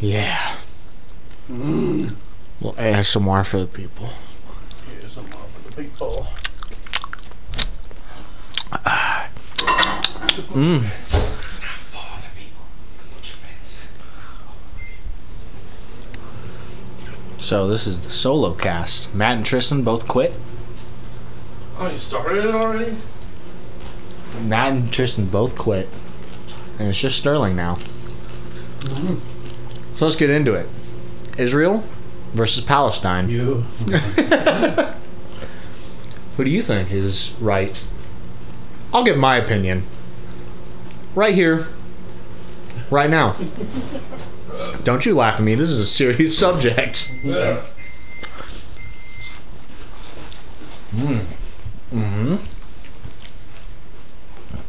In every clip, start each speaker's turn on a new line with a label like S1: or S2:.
S1: Yeah. Mm. Well, ASMR for the people.
S2: Here's some more for the people.
S1: So this is the solo cast. Matt and Tristan both quit.
S2: Oh, you started it already?
S1: Matt and Tristan both quit, and it's just Sterling now. So let's get into it. Israel versus Palestine.
S2: You.
S1: Who do you think is right? I'll give my opinion. Right here. Right now. Don't you laugh at me. This is a serious subject.
S2: Yeah.
S1: Mm-hmm.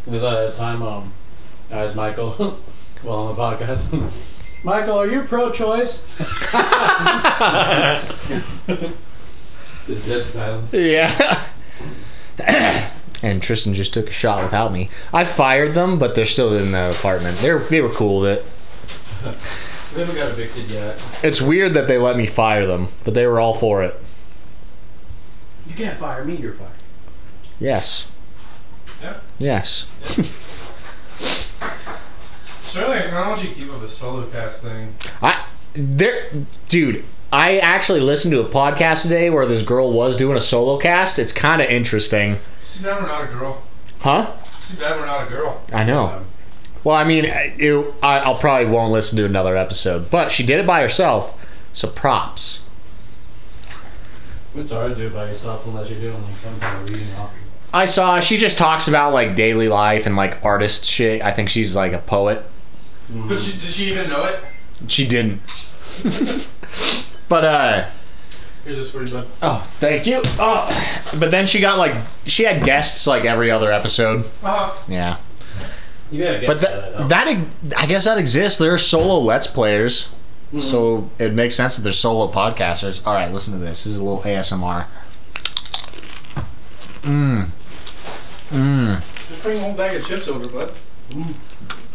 S2: Because I had time, um, I asked Michael, well, on the podcast, Michael, are you pro choice? Just dead silence.
S1: Yeah. and Tristan just took a shot without me. I fired them, but they're still in the apartment. They're they were cool with it.
S2: We haven't got evicted yet.
S1: It's weird that they let me fire them, but they were all for it.
S2: You can't fire me, you're fired.
S1: Yes.
S3: Yeah.
S1: Yes.
S3: Sterling, how don't you keep up a solo cast thing?
S1: I there dude, I actually listened to a podcast today where this girl was doing a solo cast. It's kind of interesting.
S3: It's too bad we're not a girl.
S1: Huh?
S3: It's too bad we're not a girl.
S1: I
S2: Um,
S1: know. Well, I mean, it, I, I'll probably won't listen to another episode, but she did it by herself, so props.
S2: It's hard to do it by yourself unless you're doing like some kind of reading off.
S1: I saw she just talks about like daily life and like artist shit. I think she's like a poet.
S3: But
S2: Mm.
S3: she, did she even know it?
S1: She didn't. but uh
S3: Here's this for you, bud.
S1: oh, thank you. Oh, but then she got like she had guests like every other episode.
S3: Uh-huh.
S1: Yeah.
S2: You gotta get
S1: But
S2: to that.
S1: that
S2: though.
S1: that ex- I guess that exists. There are solo let's players. So it makes sense that they're solo podcasters. All right, listen to this. This is a little ASMR.
S3: Just bring a whole bag of chips over, bud.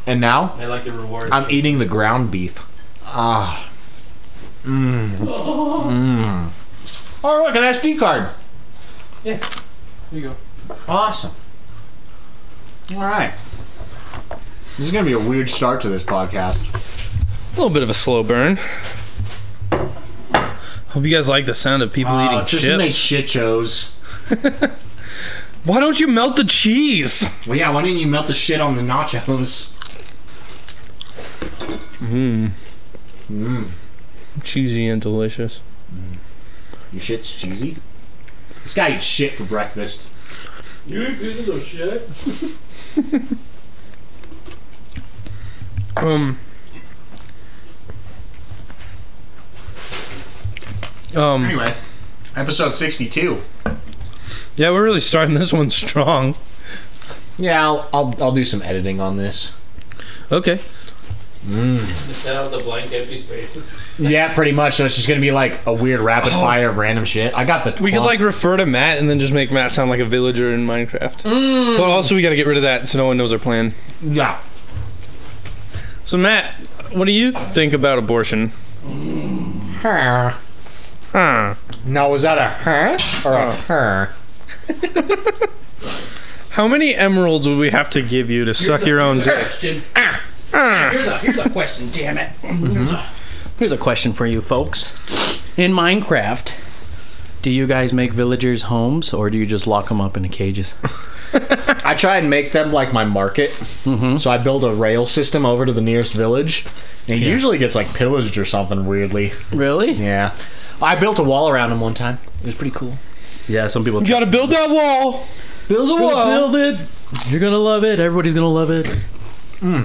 S1: And now
S2: I like the reward.
S1: I'm eating the ground beef. Ah. Mmm. Mmm. Oh, look, an SD card.
S2: Here you go.
S1: Awesome. All right. This is going to be a weird start to this podcast.
S3: A little bit of a slow burn. Hope you guys like the sound of people
S1: Uh, Tristan made shit shows.
S3: Why don't you melt the cheese?
S1: Well, yeah, why didn't you melt the shit on the nachos?
S3: Cheesy and delicious.
S1: Your shit's cheesy. This guy eats shit for breakfast.
S2: You eat pieces of shit?
S3: Um. Um.
S1: Anyway, episode 62.
S3: Yeah, we're really starting this one strong.
S1: Yeah, I'll, I'll, I'll do some editing on this.
S3: Okay.
S2: Just set out the blank empty spaces.
S1: Yeah, pretty much. So it's just gonna be like a weird rapid fire of random shit. I got the.
S3: We could
S1: clump.
S3: like refer to Matt and then just make Matt sound like a villager in Minecraft. But also we gotta get rid of that so no one knows our plan.
S1: yeah.
S3: So Matt, what do you think about abortion?
S1: Her.
S3: Huh.
S1: No, was that a her or a her?
S3: How many emeralds would we have to give you to suck your own dick?
S2: Question. Here's a here's a question. Damn it.
S4: Ah, Here's a question for you folks. In Minecraft, do you guys make villagers homes or do you just lock them up in cages?
S1: I try and make them like my market. So I build a rail system over to the nearest village. And it usually gets like pillaged or something weirdly.
S4: Really?
S1: Yeah. I built a wall around him one time. It was pretty cool.
S4: Yeah, some people
S3: You gotta build that wall.
S1: Build a
S4: build it. You're gonna love it. Everybody's gonna love it.
S5: Hmm.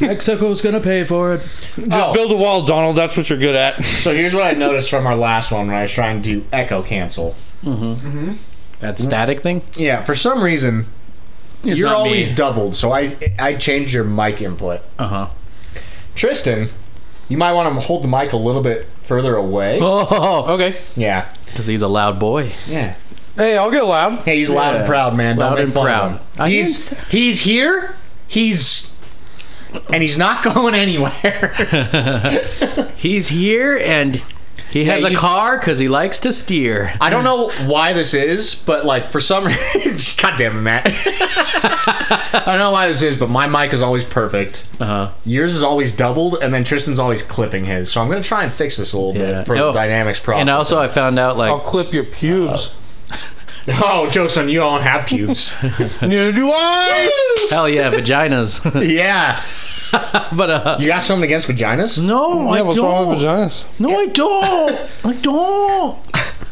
S4: Mexico's gonna pay for it.
S3: Just build a wall, Donald. That's what you're good at.
S1: So here's what I noticed from our last one when I was trying to echo cancel.
S4: That static thing?
S1: Yeah, for some reason you're
S4: not me.
S1: always doubled, so I I changed your mic input.
S4: Uh huh.
S1: Tristan, you might want to hold the mic a little bit further away.
S4: Oh,
S3: Okay.
S1: Yeah.
S4: because he's a loud boy.
S1: Yeah.
S3: Hey, I'll get loud.
S1: Hey, he's loud and
S4: Yeah.
S1: proud, man. Don't
S4: Loud
S1: make
S4: and
S1: fun of
S4: proud.
S1: him.
S4: I
S1: He's he's here. He's and he's not going anywhere.
S5: He's here and he has
S1: Yeah,
S5: a
S1: you-
S5: car because he likes to steer.
S1: I don't know why this is, but like for some reason, God damn it, Matt. I don't know why this is, but my mic is always perfect.
S5: Uh-huh.
S1: Yours is always doubled, and then Tristan's always clipping his. So I'm gonna try and fix this a little
S5: Yeah.
S1: bit for
S5: Oh,
S1: the dynamics process.
S5: And also, I found out like
S3: I'll clip your pubes.
S1: oh, jokes on you! I don't have pubes.
S3: Neither do I.
S5: hell Oh, yeah, vaginas.
S1: yeah,
S5: but uh,
S1: you got something against vaginas?
S5: no,
S3: Yeah,
S5: I
S3: what's wrong with
S5: don't.
S3: vaginas?
S5: No, I don't. I don't.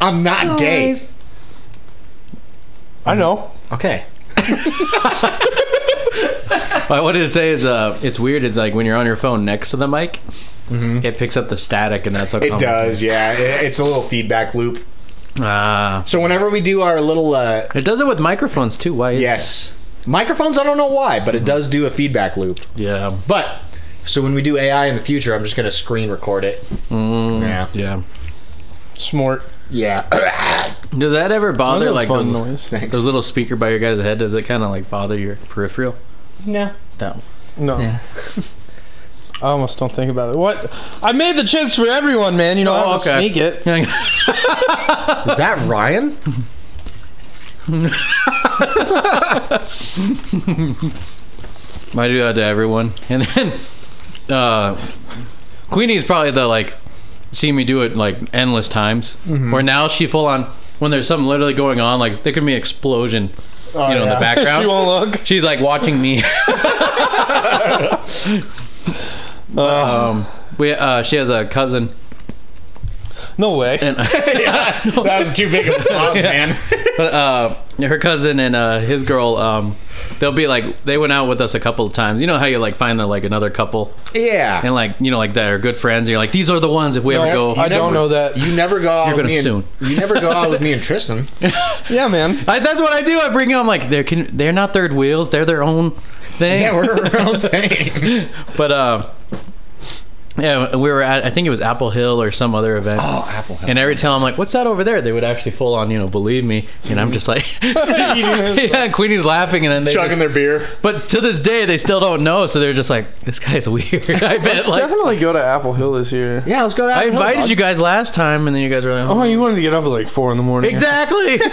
S1: I'm not gay.
S3: I know.
S1: Okay.
S5: What I wanted to say is, uh, it's weird. It's like when you're on your phone next to the mic, it picks up the static, and that's how
S1: It does, yeah. It, it's a little feedback loop.
S5: Ah,
S1: So whenever we do our little, uh,
S5: it does it with microphones too. Why? Is
S1: yes, microphones, I don't know why, but
S5: Mm-hmm.
S1: it does do a feedback loop.
S5: that? Yeah.
S1: But so when we do AI in the future, I'm just gonna screen record it.
S5: Mm.
S1: Yeah,
S5: Yeah.
S3: Smart.
S1: yeah.
S5: Does that ever bother
S3: Those are
S5: like
S3: fun
S5: those,
S3: noise.
S1: Thanks.
S5: those little speaker by your guy's head? Does it kind of like bother your peripheral?
S1: no.
S5: No.
S3: No. I almost don't think about it. What? I made the chips for everyone, man. You know, I
S5: Oh,
S3: have to
S5: okay.
S3: sneak it.
S1: Is that Ryan?
S5: I do that to everyone, and then uh, Queenie's probably the like seen me do it like endless times. Where now she full on when there's something literally going on, like there could be an explosion, you know, in the background.
S3: she won't look.
S5: She's like watching me. um, we uh, she has a cousin.
S3: No way.
S1: That was too big of a pause, man.
S5: Uh, her cousin and uh, his girl. Um, they'll be like they went out with us a couple of times. You know how you like find the, like another couple
S1: Yeah.
S5: and like you know like that are good friends. And you're like these are the ones if we ever go.
S3: I don't know that.
S1: You never go out
S5: You're
S1: with
S5: gonna
S1: me. and-
S5: soon.
S1: you never go out with me and Tristan.
S3: Yeah, man.
S5: I, that's what I do. I bring them like they're can, they're not third wheels. They're their own thing.
S1: Yeah, we're our own thing.
S5: but uh, yeah, we were at I think it was Apple Hill or some other event.
S1: Oh, Apple.
S5: And every time I'm like, "What's that over there?" They would actually full on, you know, believe me, and I'm just like, "Yeah." Queenie's laughing, and then they
S1: Chugging
S5: just,
S1: their beer.
S5: but to this day they still don't know, so they're just like, "This guy's weird." I bet. Like,
S3: Definitely go to Apple Hill this year.
S1: Yeah, let's go to.
S5: I invited you guys last time, and then you guys were like,
S3: Oh,
S5: "Oh,
S3: you wanted to get up at like four in the morning.
S5: exactly."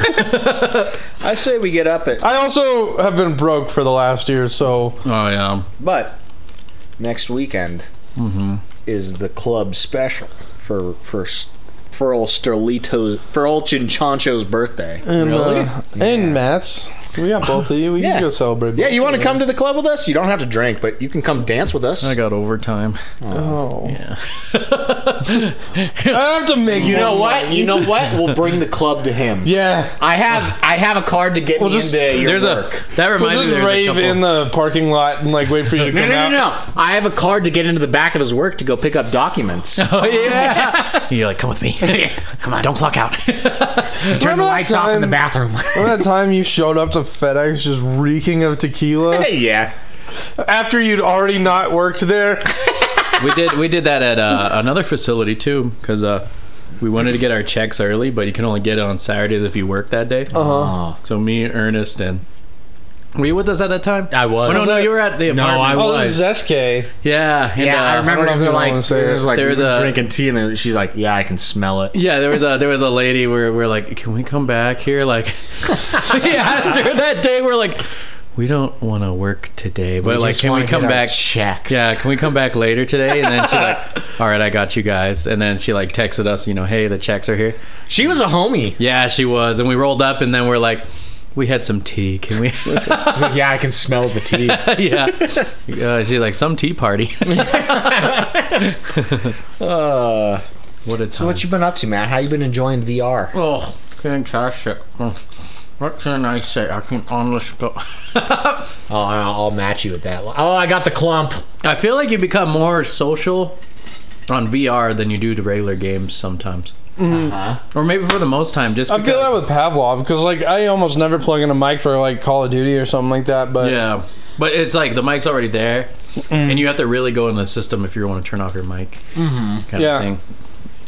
S1: I say we get up at,
S3: I also have been broke for the last year, so
S5: oh yeah.
S1: but next weekend
S5: Mm-hmm.
S1: is the club special for for s- for old Sterlito's for old Chinchancho's birthday.
S3: and,
S5: Really?
S3: uh, and Matt's. We got both of you. We
S1: Yeah.
S3: can go celebrate.
S1: Yeah, you want to come to the club with us? You don't have to drink, but you can come dance with us.
S5: I got overtime.
S3: Oh. Yeah. I have to make
S1: You know what? You know what? We'll bring the club to him.
S3: Yeah.
S1: I have I have a card to get
S3: We'll
S1: me
S3: just-
S1: into your
S5: There's
S1: work.
S5: a that reminds
S3: We'll
S5: me.
S3: just
S5: There's a
S3: rave
S5: couple.
S3: in the parking lot and like wait for you to
S1: no,
S3: come
S1: no, no,
S3: out.
S1: no. I have a card to get into the back of his work to go pick up documents.
S5: oh yeah. You're like, "Come with me." Come on, don't clock out.
S1: Turn
S3: Remember
S1: the
S3: that
S1: lights off in the bathroom.
S3: Remember that time you showed up to FedEx just reeking of tequila
S1: hey, yeah.
S3: after you'd already not worked there?
S5: we did we did that at uh, another facility too because uh, we wanted to get our checks early but you can only get it on saturdays if you work that day
S3: Uh-huh.
S5: so me ernest and were you with us at that time
S1: I was.
S5: oh, no no you were at the
S1: No,
S5: apartment
S1: I
S3: Oh,
S1: was.
S3: this is SK.
S5: yeah and,
S1: yeah,
S5: uh,
S1: I remember
S3: I don't
S1: it
S3: know
S1: was
S3: if you
S1: like,
S3: wanna say
S1: it was
S3: it.
S1: like
S5: There was a-
S1: drinking tea, and then she's like, "Yeah, I can smell it."
S5: yeah, there was a there was a lady where we're like, can we come back here? Like, we asked her that day. We're like, we don't want to work today, but like,
S1: just
S5: can we
S1: wanna
S5: come
S1: get our
S5: back?
S1: Checks.
S5: Yeah, can we come back later today? And then she like, all right, I got you guys. And then she like texted us, you know, hey, the checks are here.
S1: she was a homie.
S5: Yeah, she was. And we rolled up, and then we're like, we had some tea. Can we?
S1: She's like, "Yeah, I can smell the tea."
S5: yeah. Uh, she's like, some tea party.
S1: uh,
S5: what a time.
S1: so, what you been up to, Matt? How you been enjoying VR?
S5: oh, fantastic. Oh, What can I say? I can honestly go.
S1: Oh, I'll I'll match you with that. Oh, I got the clump.
S5: I feel like you become more social on VR than you do to regular games sometimes. Or maybe for the most time, just
S3: Mm-hmm. I
S5: because.
S3: feel that with Pavlov because like I almost never plug in a mic for like Call of Duty or something like Mm-hmm. that. But
S5: yeah. But it's like the mic's already there, and you have to really go in the system if you want to turn off your mic. Mm-hmm. Kind
S3: Yeah.
S5: of thing.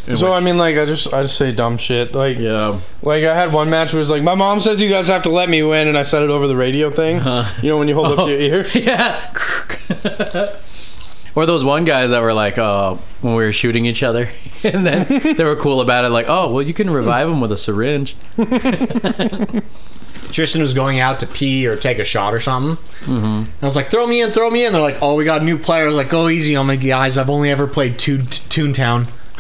S5: In
S3: so
S5: which-
S3: I mean, like I just I just say dumb shit. Like
S5: yeah.
S3: like I had one match where it was like my mom says you guys have to let me
S5: Uh-huh. Oh.
S3: win, and I said it over the radio thing. You know when you hold up to your ear.
S5: Yeah. Or those one guys that were like, uh, when we were shooting each other, and then they were cool about it, like, oh, well, you can revive them with a syringe.
S1: Tristan was going out to pee or take a shot or something. I was like, throw me in, throw me in. They're like, oh, we got a new player. I was like, go easy on my guys. I've only ever played two- t- Toontown.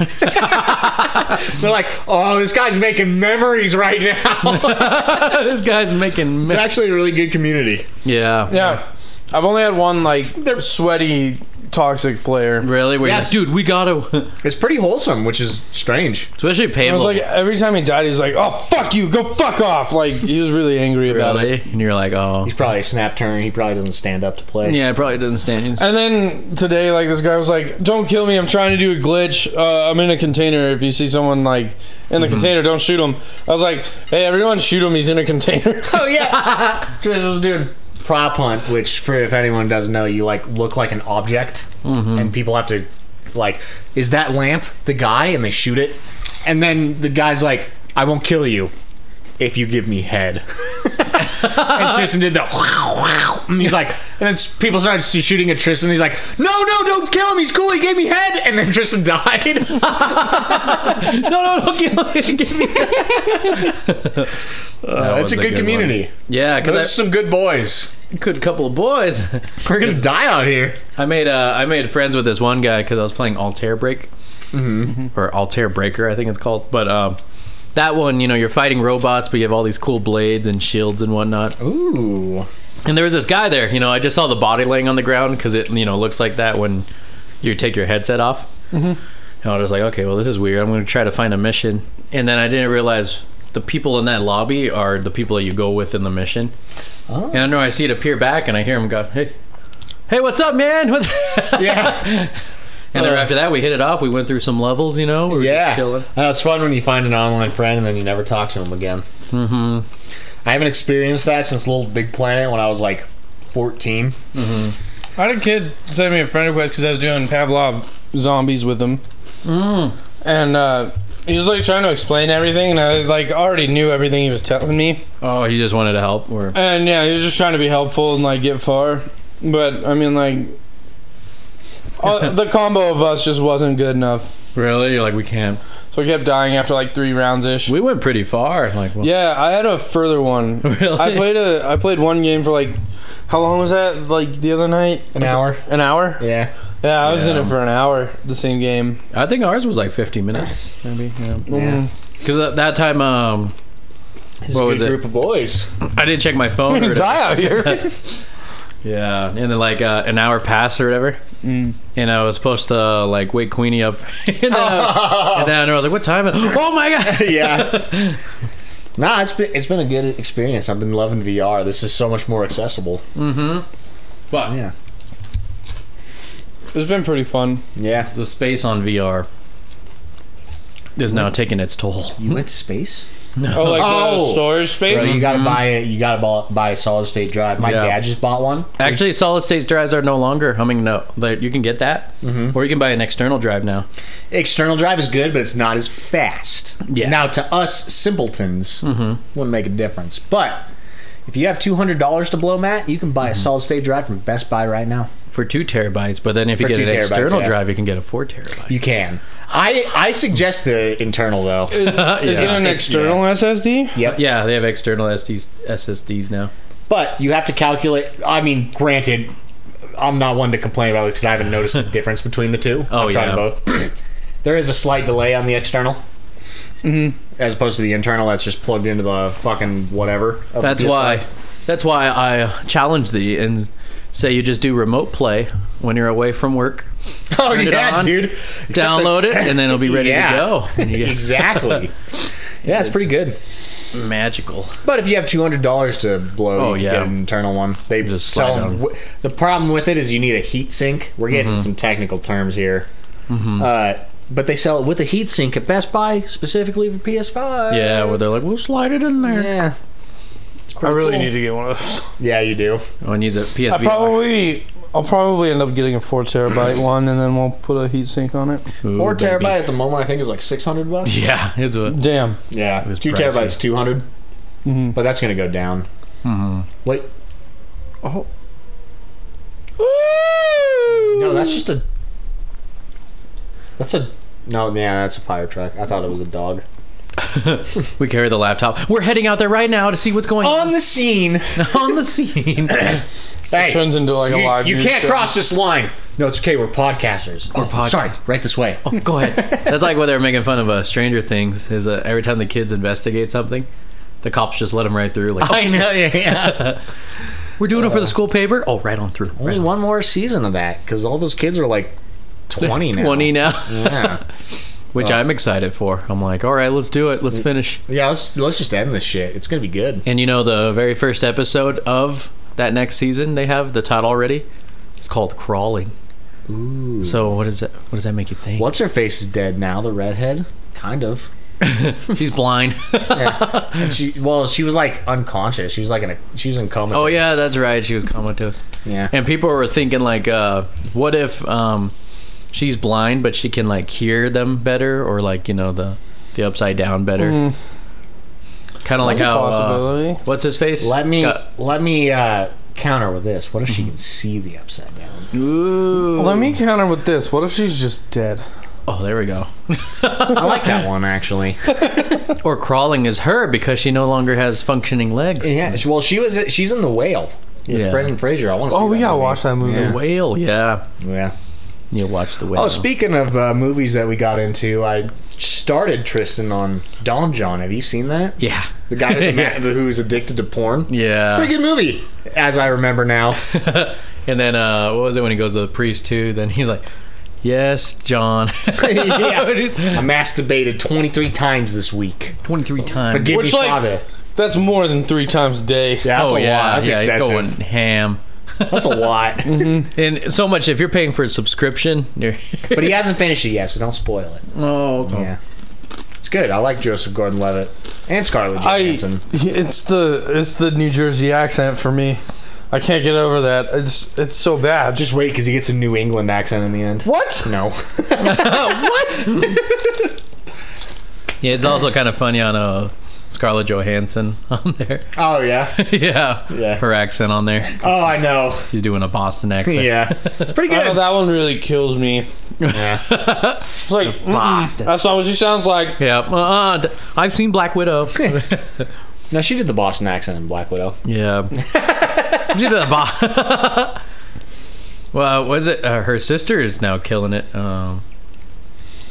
S1: They're like, oh, this guy's making memories right now.
S5: this guy's making.
S1: it's actually a really good community.
S5: yeah.
S3: Yeah. I've only had one like sweaty toxic player.
S5: Really? Where you're
S1: Yes.
S5: like, dude, we gotta.
S1: It's pretty wholesome, which is strange.
S5: Especially
S3: It
S5: Pable.
S3: was like every time he died, he was like, "Oh fuck you, go fuck off!" Like he was really angry about it.
S5: really? And you're like, oh.
S1: He's probably a snap turn. He probably doesn't stand up to play.
S5: Yeah, it probably doesn't stand.
S3: And then today, like this guy was like, "Don't kill me! I'm trying to do a glitch. Uh, I'm in a container. If you see someone like in the container, don't shoot him." I was like, "Hey, everyone, shoot him! He's in a container."
S1: Oh yeah, Tristan was doing prop hunt, which for if anyone doesn't know, you like look like an object, and people have to like, is that lamp the guy? And they shoot it, and then the guy's like, I won't kill you if you give me head. and Tristan did the. And he's like, and then s- people started s- shooting at Tristan. He's like, no, no, don't kill him. He's cool. He gave me head. And then Tristan died.
S5: no, no, no, give, give me.
S1: Uh, it's
S5: one's
S1: a good,
S5: a good one.
S1: community.
S5: Yeah,
S1: Those are
S5: because
S1: some good boys.
S5: I could couple of boys.
S1: We're gonna die out here.
S5: I made uh, I made friends with this one guy because I was playing Altair Break, mm-hmm. or Altair Breaker, I think it's called. But um, that one, you know, you're fighting robots, but you have all these cool blades and shields and whatnot.
S1: Ooh.
S5: And there was this guy there. You know, I just saw the body laying on the ground because it, you know, looks like that when you take your headset off. And I was like, okay, well, this is weird. I'm going to try to find a mission. And then I didn't realize the people in that lobby are the people that you go with in the mission. And I know I see it appear back, and I hear him go, hey, hey, what's up, man? What's
S1: Yeah.
S5: And then after that, we hit it off. We went through some levels, you know. We were just chilling.
S1: Uh, it's fun when you find an online friend and then you never talk to them again. Mm-hmm. I haven't experienced that since Little Big Planet when I was like 14.
S3: I had a kid send me a friend request because I was doing Pavlov zombies with him. And uh, he was like trying to explain everything, and I like already knew everything he was telling me.
S5: Oh, he just wanted to help. Or
S3: And yeah, he was just trying to be helpful and like get far. But I mean, like, all, the combo of us just wasn't good enough.
S5: really, like we can't.
S3: So I kept dying after like three rounds ish.
S5: We went pretty far. Like well,
S3: Yeah, I had a further one.
S5: Really?
S3: I played a I played one game for like how long was that? Like the other night?
S1: An hour.
S3: An hour?
S1: Yeah.
S3: Yeah, I was in
S5: Yeah.
S3: it for an hour, the same game. Mm.
S5: I think ours was like 50 minutes, maybe. Yeah.
S1: Yeah.
S5: Because at that time, um,
S1: This
S5: What was it?
S1: group of boys.
S5: I didn't check my phone. or whatever.
S3: out here.
S5: yeah, and then like uh, an hour passed or whatever,
S3: Mm.
S5: and I was supposed to like wake Queenie up, and then, I, and then I was like, "What time?" is-" oh my god!
S1: yeah. Nah, it's been it's been a good experience. I've been loving VR. This is so much more accessible.
S5: But
S1: Yeah.
S3: it's been pretty fun.
S1: Yeah.
S5: the space on VR is now taking its toll.
S1: You went to space?
S3: Oh, like
S1: Oh.
S3: the storage space?
S1: Bro, you gotta buy a you gotta bu- buy a solid state drive. My
S5: Mm-hmm. Yeah.
S1: dad just bought one.
S5: Actually, solid state drives are no longer. I mean, no, like, you can get that,
S1: Mm-hmm.
S5: or you can buy an external drive now.
S1: External drive is good, but it's not as fast.
S5: Yeah. Mm-hmm.
S1: Now to us simpletons, wouldn't make a difference. But if you have two hundred dollars to blow, Matt, you can buy
S5: Mm-hmm.
S1: a solid state drive from Best Buy right now.
S5: for two terabytes. But then if you
S1: For
S5: get
S1: two
S5: an
S1: terabytes,
S5: external
S1: yeah.
S5: drive, you can get a four terabyte.
S1: You can. I I suggest the internal though.
S3: Uh, Is it
S5: yeah.
S3: an
S1: It's-
S3: external SSD?
S1: Yep.
S5: Uh, yeah, they have external SDs, SSDs now.
S1: But you have to calculate. I mean, granted, I'm not one to complain about it because I haven't noticed the difference between the two.
S5: Oh,
S1: I've tried
S5: yeah.
S1: both. there is a slight delay on the external.
S5: Mm-hmm.
S1: As opposed to the internal that's just plugged into the fucking whatever. of the
S5: That's
S1: disk
S5: why.
S1: drive.
S5: That's why I challenge thee and say you just do remote play when you're away from work.
S1: Oh
S5: Turn it
S1: yeah,
S5: on,
S1: dude. Except
S5: download it, and then it'll be ready
S1: Yeah.
S5: to go. And you
S1: that-
S5: get-
S1: exactly. yeah, it's pretty good.
S5: magical.
S1: But if you have two hundred dollars to blow,
S5: Oh,
S1: you can
S5: yeah.
S1: get an internal one. They
S5: Just
S1: sell
S5: slide
S1: them.
S5: on. Mm-hmm.
S1: w- The problem with it is you need a heat sink. We're getting some technical terms here, uh, but they sell it with a heat sink at Best Buy specifically for PS5.
S5: Yeah, where they're like, we'll slide it in there.
S1: yeah,
S3: I really
S1: cool.
S3: need to get one of those.
S1: yeah. You do.
S5: Oh, it needs a
S3: I
S5: PSV.
S3: probably, I'll probably end up getting a four terabyte one, and then we'll put a heatsink on it.
S1: Four terabyte at the moment, I think, is like six hundred bucks.
S5: Yeah, it's a.
S3: Damn.
S1: Yeah,
S5: was
S1: two
S5: pricey.
S1: terabytes, two but that's gonna go down. Wait,
S3: Ooh!
S1: no, That's just a. That's a. No, yeah, that's a fire truck. I thought it was a dog.
S5: We carry the laptop. We're heading out there right now to see what's going on
S1: On the scene.
S5: on the scene.
S1: Hey,
S3: Turns into like a
S1: you,
S3: live.
S1: you
S3: news
S1: can't
S3: show.
S1: cross this line. No, it's okay. We're podcasters. We're
S5: podcasters.
S1: Sorry, right this way.
S5: Go ahead. That's like what they're making fun of uh, Stranger Things. Is uh, every time the kids investigate something, the cops just let them right through. Like
S1: I know. Yeah, yeah.
S5: we're doing it for the school paper. Oh, right on through.
S1: Only one more season of that because all those kids are like twenty now.
S5: Twenty now,
S1: Yeah.
S5: which I'm excited for. I'm like, all right, let's do it. Let's finish.
S1: yeah. Let's let's just end this shit. It's gonna be good.
S5: And you know, the very first episode of that next season, they have the title already. It's called Crawling. Ooh. So what is that? What does that make you think?
S1: What's her face is dead now. The redhead, kind of.
S5: He's blind.
S1: And she well, she was like unconscious. She was like in a she was in coma.
S5: oh yeah, that's right. She was comatose.
S1: yeah.
S5: And people were thinking like, uh, what if um, she's blind but she can like hear them better, or like you know the the upside down better.
S3: Mm.
S5: Kind of like
S3: That's a
S5: how uh,
S3: possibility.
S5: what's his face?
S1: Let me
S5: Got-
S1: let me uh, counter with this. What if she can see the upside down?
S5: Ooh.
S3: Let me counter with this. What if she's just dead?
S5: Oh, there we go.
S1: I like that one actually.
S5: Or crawling is her because she no longer has functioning legs.
S1: yeah. Well, she was she's in the whale. With
S5: Yeah.
S1: Brendan Fraser. I want to.
S3: Oh, we gotta watch that movie.
S1: Yeah.
S5: The whale. Yeah.
S1: Yeah.
S5: You watch the whale.
S1: Oh, speaking of uh, movies that we got into, I started Tristan on Don John. Have you seen that?
S5: yeah.
S1: The guy with the ma- who's addicted to porn.
S5: Yeah.
S1: Pretty good movie, as I remember now.
S5: and then uh, what was it when he goes to the priest too? Then he's like, "Yes, John."
S1: I masturbated 23 times this week.
S5: Twenty-three times.
S1: Forgive
S3: Which,
S1: me,
S3: like-
S1: Father.
S3: That's more than three times a day.
S1: Yeah, that's
S5: oh
S1: a
S5: yeah,
S1: lot. That's
S5: yeah,
S1: excessive.
S5: he's going ham.
S1: That's a lot.
S5: And so much if you're paying for a subscription. You're
S1: but he hasn't finished it yet, so don't spoil it.
S5: oh,
S1: Yeah. It's good. I like Joseph Gordon-Levitt and Scarlett
S3: I.
S1: Johansson.
S3: It's the it's the New Jersey accent for me. I can't get over that. It's it's so bad.
S1: Just wait, because he gets a New England accent in the end.
S3: what?
S1: No.
S5: yeah. It's also kind of funny on uh, Scarlett Johansson on there.
S1: Oh yeah.
S5: yeah,
S1: Yeah.
S5: her accent on there.
S1: Oh, I know.
S5: She's doing a Boston accent.
S1: Yeah. It's pretty
S3: I know
S1: good.
S3: that one really kills me.
S1: Yeah.
S3: It's like mm, that's not what she sounds like.
S5: Yeah, uh, uh, I've seen Black Widow.
S1: No, she did the Boston accent in Black Widow.
S5: yeah, she did a bo- Well, was it uh, her sister is now killing it? Um,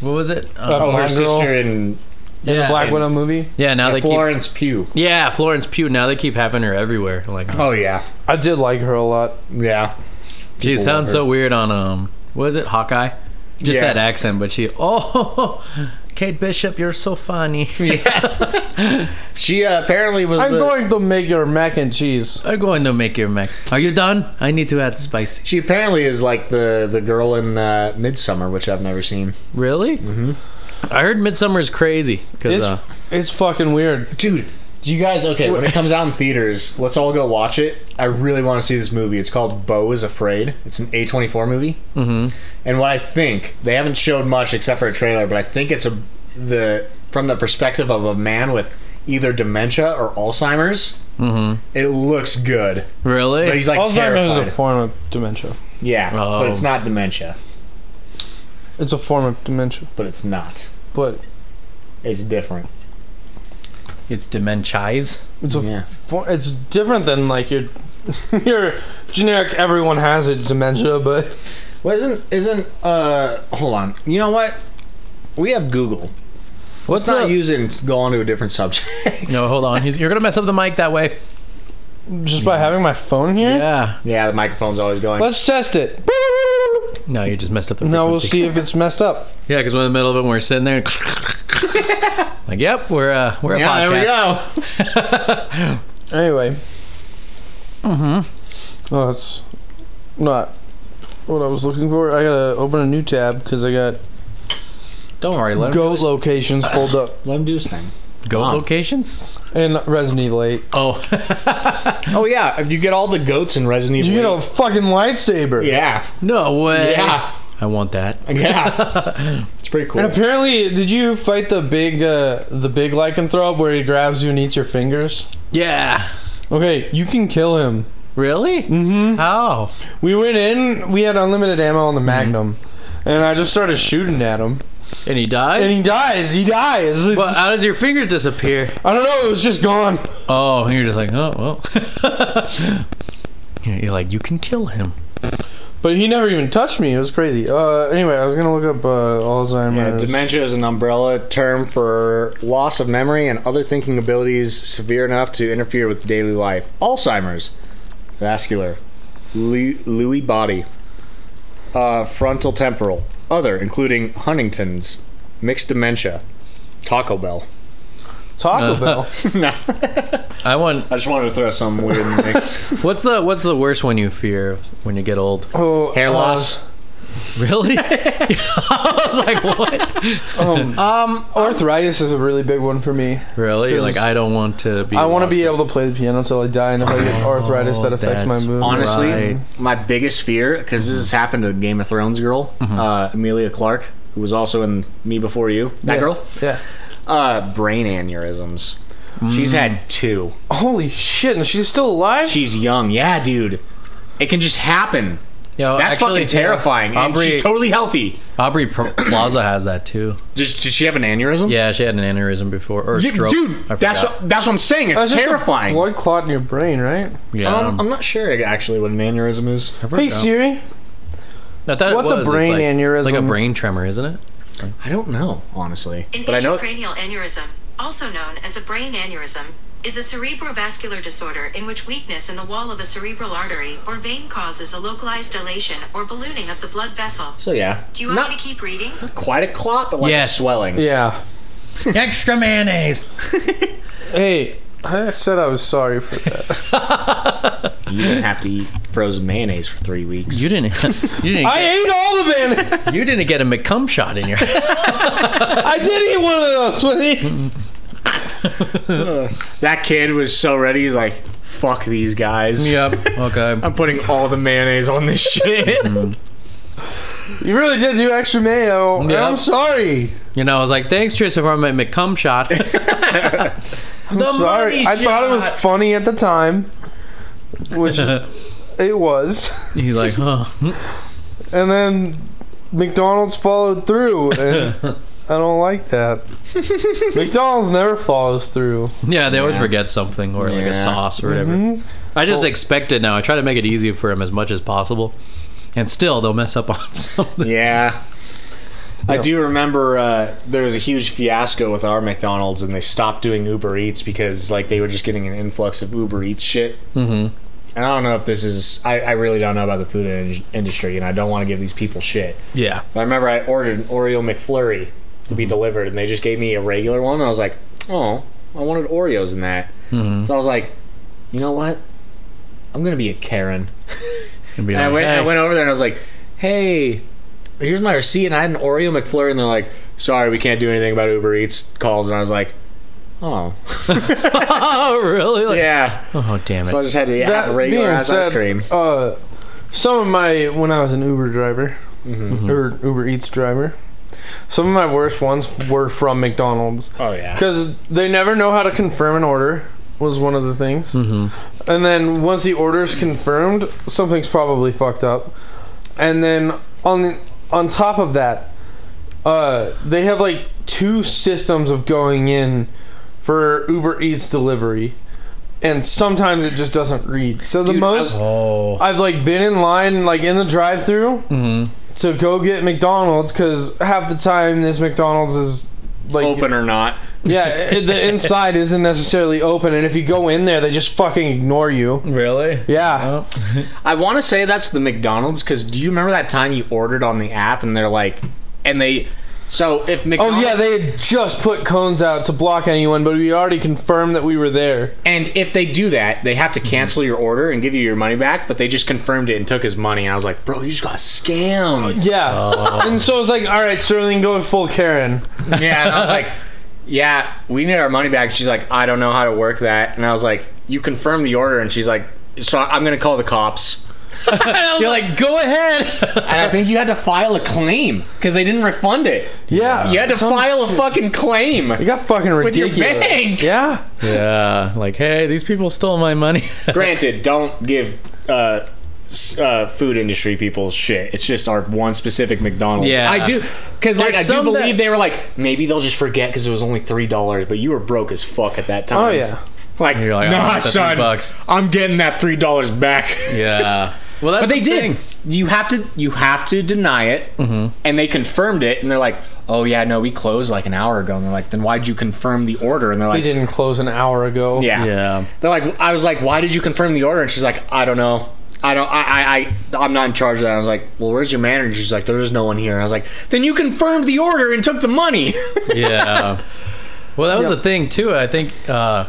S5: what was it? Um,
S3: Uh,
S1: Oh, her
S3: Blonde girl.
S1: sister in
S5: yeah,
S3: The Black
S5: and-
S3: Widow movie.
S5: Yeah, now they keep.
S1: Florence Pugh.
S5: Yeah, Florence Pugh. Now they keep having her everywhere. Like,
S1: Oh yeah.
S3: I did like her a lot.
S1: Yeah.
S5: She
S1: people
S5: sounds
S1: love
S5: so weird on um, what is it, Hawkeye? Just
S1: Yeah.
S5: that accent, but she oh, Kate Bishop, you're so funny.
S1: She uh, apparently was.
S3: I'm
S1: the-
S3: going to make your mac and cheese.
S5: I'm going to make your mac. Are you done? I need to add spicy.
S1: She apparently is like the the girl in uh, Midsummer, which I've never seen.
S5: Really? Mm-hmm. I heard Midsummer is crazy because
S3: It's
S5: uh,
S3: it's fucking weird.
S1: Dude, do you guys okay? When it comes out in theaters, let's all go watch it. I really want to see this movie. It's called Bo is Afraid. It's an A24 movie. Mm-hmm. And what I think they haven't showed much except for a trailer, but I think it's a the from the perspective of a man with either dementia or Alzheimer's. Mm-hmm. It looks good, but
S5: really
S1: he's like
S3: Alzheimer's
S1: terrified.
S3: is a form of dementia.
S1: yeah,
S5: Oh.
S1: but it's not dementia.
S3: It's a form of dementia,
S1: But it's not.
S3: but
S1: It's different.
S5: it's dementias.
S3: it's a
S1: Yeah.
S3: for, it's different than like your your generic everyone has it dementia, but
S1: Well, isn't isn't uh? Hold on. You know what? We have Google.
S5: What's
S1: Let's not
S5: the-
S1: use it and go on to a different subject.
S5: No, hold on. He's- You're gonna mess up the mic that way.
S3: just by having my phone here,
S5: Yeah.
S1: Yeah, the microphone's always going.
S3: let's test it.
S5: No, you just messed up the.
S3: Now we'll
S5: frequency.
S3: see if it's messed up.
S5: Yeah, because we're in the middle of it. and We're sitting there. like, yep, we're uh, we're a
S1: yeah,
S5: podcast.
S1: there we go.
S3: Anyway. Mm-hmm. Oh, that's not what I was looking for. I gotta open a new tab because I got
S5: Don't worry, let him do
S3: goat
S5: his-
S3: locations pulled up
S1: Let him do his thing.
S5: Goat
S1: on.
S5: locations.
S3: and Resident Evil 8.
S5: Oh,
S1: Oh yeah, if you get all the goats in Resident Evil.
S3: You get a
S1: 8.
S3: fucking lightsaber.
S1: yeah,
S5: no way.
S1: yeah,
S5: I want that.
S1: yeah. it's pretty cool.
S3: And apparently, did you fight the big, uh, the big lycanthrope where he grabs you and eats your fingers?
S5: Yeah.
S3: Okay, you can kill him.
S5: Really?
S3: Mm-hmm.
S5: How?
S3: We went in. We had unlimited ammo on the Magnum, and I just started shooting at him,
S5: And he died?
S3: and he dies. He dies. It's-
S5: well, how does your finger disappear?
S3: I don't know. It was just gone.
S5: Oh, and you're just like, oh, well. Yeah, you're like, you can kill him.
S3: But he never even touched me. It was crazy. Uh, anyway, I was gonna look up uh,
S1: Yeah,
S3: Alzheimer's.
S1: dementia is an umbrella term for loss of memory and other thinking abilities severe enough to interfere with daily life. Alzheimer's, vascular, Lou- Lewy body, uh, frontal temporal, other, including Huntington's, mixed dementia, Taco Bell.
S3: Taco Bell.
S1: no,
S5: I want.
S1: I just wanted to throw some weird mix.
S5: What's the What's the worst one you fear when you get old?
S3: Oh,
S1: Hair
S3: uh,
S1: loss.
S5: Really? I was like, what?
S3: um,
S5: Um,
S3: arthritis is a really big one for me.
S5: really? You're like,
S3: Because
S5: I don't want to be.
S3: I want to be able to play the piano until I die, and if I get arthritis, that affects my
S5: that's
S3: movement.
S1: Honestly,
S5: Right.
S1: my biggest fear, because this has happened to a Game of Thrones girl, uh, Amelia Clark, who was also in Me Before You, that
S3: Yeah.
S1: girl.
S3: Yeah.
S1: uh, brain aneurysms. She's
S5: Mm.
S1: had two.
S3: Holy shit! And she's still alive.
S1: She's young. Yeah, dude. It can just happen.
S5: Yo,
S1: That's
S5: Uh, actually,
S1: fucking terrifying. And
S5: Aubrey-
S1: she's totally healthy.
S5: Aubrey Pr- Plaza has that too.
S1: Just, did she have an aneurysm?
S5: Yeah, she had an aneurysm before or a
S1: You-
S5: stroke.
S1: dude,
S5: I
S1: that's
S5: forgot.
S1: what, that's what I'm saying. It's
S3: That's just a
S1: terrifying.
S3: blood clot in your brain, right?
S5: yeah.
S1: Um, I'm not sure actually what an aneurysm is.
S5: I
S3: Hey
S5: forgot.
S3: Siri,
S5: I thought it
S3: what's a
S5: was. It's
S3: brain
S5: like,
S3: aneurysm?
S5: Like a brain tremor, isn't it?
S1: I don't know, honestly.
S6: An
S1: But I know
S6: intracranial aneurysm, also known as a brain aneurysm, is a cerebrovascular disorder in which weakness in the wall of a cerebral artery or vein causes a localized dilation or ballooning of the blood vessel.
S1: so. Yeah,
S6: Do you want
S1: not
S6: me to keep reading?
S1: quite a clot, but like
S5: Yes.
S1: swelling.
S3: Yeah.
S5: Extra mayonnaise.
S3: Hey, I said I was sorry for that.
S1: You didn't have to eat frozen mayonnaise for three weeks.
S5: You didn't. You didn't.
S3: I ate all of it.
S5: get, you didn't get a McCum shot in your.
S3: I did eat one of those. Winnie.
S1: that kid was so ready. He's like, "Fuck these guys.
S5: yep. Okay.
S1: I'm putting all the mayonnaise on this shit."
S3: You really did do extra mayo. and
S5: Yeah.
S3: I'm sorry.
S5: You know, I was like, thanks, Tristan, for my McCum shot.
S3: I'm sorry. I thought it was funny at the time, which it was.
S5: He's like, huh. Hmm.
S3: And then McDonald's followed through, and I don't like that. McDonald's never follows through.
S5: Yeah, they always
S1: Yeah.
S5: forget something or like
S1: Yeah. Mm-hmm.
S5: a sauce or whatever.
S3: Mhm.
S5: I just expect it now. I try to make it easy for him as much as possible. And still, they'll mess up on something.
S1: Yeah. I do remember uh, there was a huge fiasco with our McDonald's, and they stopped doing Uber Eats because like they were just getting an influx of Uber Eats shit.
S5: Mm-hmm.
S1: And I don't know if this is. I, I really don't know about the food in- industry, and I don't want to give these people shit.
S5: Yeah.
S1: But I remember I ordered an Oreo McFlurry to
S5: Mm-hmm.
S1: be delivered, and they just gave me a regular one. And I was like, oh, I wanted Oreos in that.
S5: Mm-hmm.
S1: So I was like, you know what? I'm gonna be a Karen.
S5: And be
S1: And I
S5: like,
S1: went, I
S5: "Hey."
S1: went over there and I was like, "Hey, here's my receipt." And I had an Oreo McFlurry, and they're like, "Sorry, we can't do anything about Uber Eats calls." And I was like, "Oh,
S5: oh, really? Like,
S1: yeah."
S5: Oh, damn
S1: So I
S5: it.
S1: just had to have regular ass ice cream.
S3: uh, some of my when I was an Uber driver
S1: Mm-hmm.
S3: or Uber Eats driver, some of my worst ones were from McDonald's
S1: Oh yeah.
S3: because they never know how to confirm an order was one of the things. Mm-hmm. And then once the order's confirmed, something's probably fucked up. And then on the, on top of that, uh, they have like two systems of going in for Uber Eats delivery, and sometimes it just doesn't read. So the most
S5: Oh.
S3: I've like been in line like in the drive-through
S5: hmm
S3: to go get McDonald's because half the time this McDonald's is like
S1: Open or not?
S3: yeah, i- the inside isn't necessarily open, and if you go in there, they just fucking ignore you.
S5: Really?
S3: Yeah.
S5: Oh.
S1: I want to say that's the McDonald's because do you remember that time you ordered on the app and they're like, and they, so if McDonald's,
S3: Oh yeah, they had just put cones out to block anyone, but we already confirmed that we were there.
S1: and if they do that, they have to
S5: Mm-hmm.
S1: cancel your order and give you your money back. But they just confirmed it and took his money. And I was like, bro, you just got scammed.
S5: Oh,
S3: Yeah. And so it's like, all right, Sterling, go full Karen.
S1: Yeah, and I was like, yeah, we need our money back. She's like, I don't know how to work that. And I was like, you confirm the order. And she's like, so I'm going to call the cops.
S5: You're like, go ahead.
S1: And I think you had to file a claim because they didn't refund it.
S3: Yeah.
S1: You had to
S3: some-
S1: file a fucking claim.
S3: It got fucking
S1: With your
S3: ridiculous.
S1: bank.
S3: Yeah.
S5: yeah, like, hey, these people stole my money.
S1: Granted, don't give uh, s- uh, food industry people shit. It's just our one specific McDonald's.
S5: Yeah.
S1: I do because like I
S5: There's
S1: do
S5: some
S1: believe
S5: that-
S1: they were like maybe they'll just forget because it was only three dollars, but you were broke as fuck at that time.
S3: Oh yeah.
S1: like,
S5: You're like, I want
S1: nah,
S5: that three
S1: son,
S5: bucks."
S1: I'm getting that three dollars back.
S5: yeah. Well, that's
S1: But they
S5: the Mm-hmm.
S1: did. You have to you have to deny it, and they confirmed it, and they're like, "Oh yeah, no, we closed like an hour ago." And they're like, "Then why'd you confirm the order?" And they're
S3: They
S1: like,
S3: didn't close an hour ago.
S1: "Yeah,
S5: thing. Yeah.
S1: They're like, "I was like, why did you confirm the order?" And she's like, "I don't know." I don't. I. I. I I'm not in charge of that. I was like, "Well, where's your manager?" She's like, "There is no one here." And I was like, "Then you confirmed the order and took the money."
S5: yeah. Well, that was the thing too. I think uh,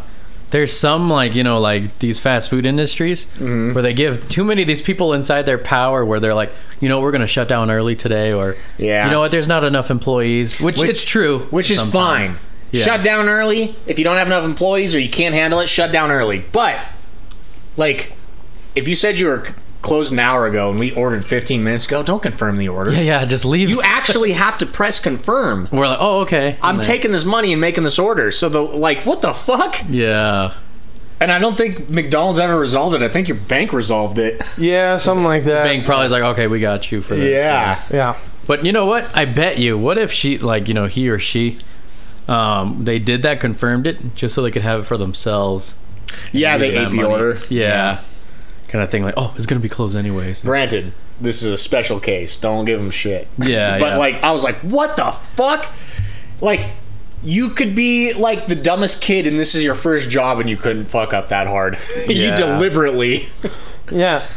S5: there's some like you know like these fast food industries
S1: Mm-hmm.
S5: where they give too many of these people inside their power where they're like, you know, we're gonna shut down early today, or
S1: Yeah.
S5: you know what, there's not enough employees, which,
S1: Which-
S5: it's true,
S1: which is
S5: sometimes.
S1: fine.
S5: Yeah.
S1: Shut down early if you don't have enough employees or you can't handle it. Shut down early. But like, if you said you were c- closed an hour ago and we ordered 15 minutes ago, don't confirm the order.
S5: Yeah, yeah, just leave.
S1: You actually have to press confirm.
S5: we're like, oh, okay.
S1: I'm
S5: And then-
S1: taking this money and making this order. So the like, what the fuck?
S5: Yeah.
S1: And I don't think McDonald's ever resolved it. I think your bank resolved it.
S3: Yeah, something like that.
S5: Bank probably is like, okay, we got you for this.
S3: Yeah.
S5: But you know what? I bet you. What if she, like, you know, he or she, um, they did that, confirmed it, just so they could have it for themselves.
S1: Yeah, they
S5: Use
S1: ate
S5: that
S1: the
S5: money.
S1: order.
S5: Yeah. Kind of thing like, oh, it's gonna be closed anyways.
S1: Granted, this is a special case. Don't give them shit.
S5: Yeah,
S1: but
S5: yeah.
S1: like, I was like, what the fuck? Like, you could be like the dumbest kid, and this is your first job, and you couldn't fuck up that hard. you
S5: Yeah.
S1: deliberately.
S3: Yeah.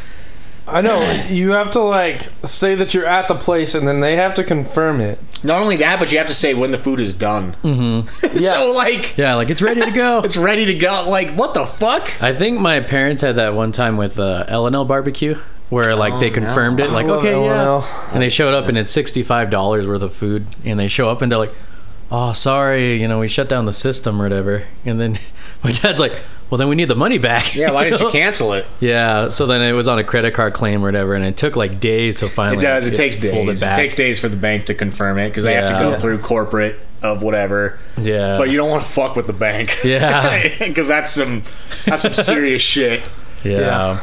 S3: I know. You have to like say that you're at the place and then they have to confirm it.
S1: Not only that, but you have to say when the food is done. so like,
S5: Mm-hmm. Yeah, like it's ready to go.
S1: it's ready to go. Like, what the fuck?
S5: I think my parents had that one time with uh, L and L barbecue where like
S1: Oh,
S5: they confirmed it, like
S3: love
S5: okay,
S3: L&L.
S5: yeah, and they showed up and it's sixty five dollars worth of food, and they show up and they're like, oh, sorry, you know, we shut down the system or whatever, and then my dad's like, well, then we need the money back.
S1: Yeah, why didn't you cancel it?
S5: Yeah, so then it was on a credit card claim or whatever, and it took like days to finally.
S1: It does. It
S5: get
S1: takes
S5: folded
S1: days. It,
S5: back.
S1: takes days for the bank to confirm it because they have to
S5: Yeah.
S1: go
S5: Yeah.
S1: through corporate of whatever.
S5: Yeah.
S1: But you don't want to fuck with the bank.
S5: Yeah.
S1: Because that's some that's some serious shit.
S5: yeah.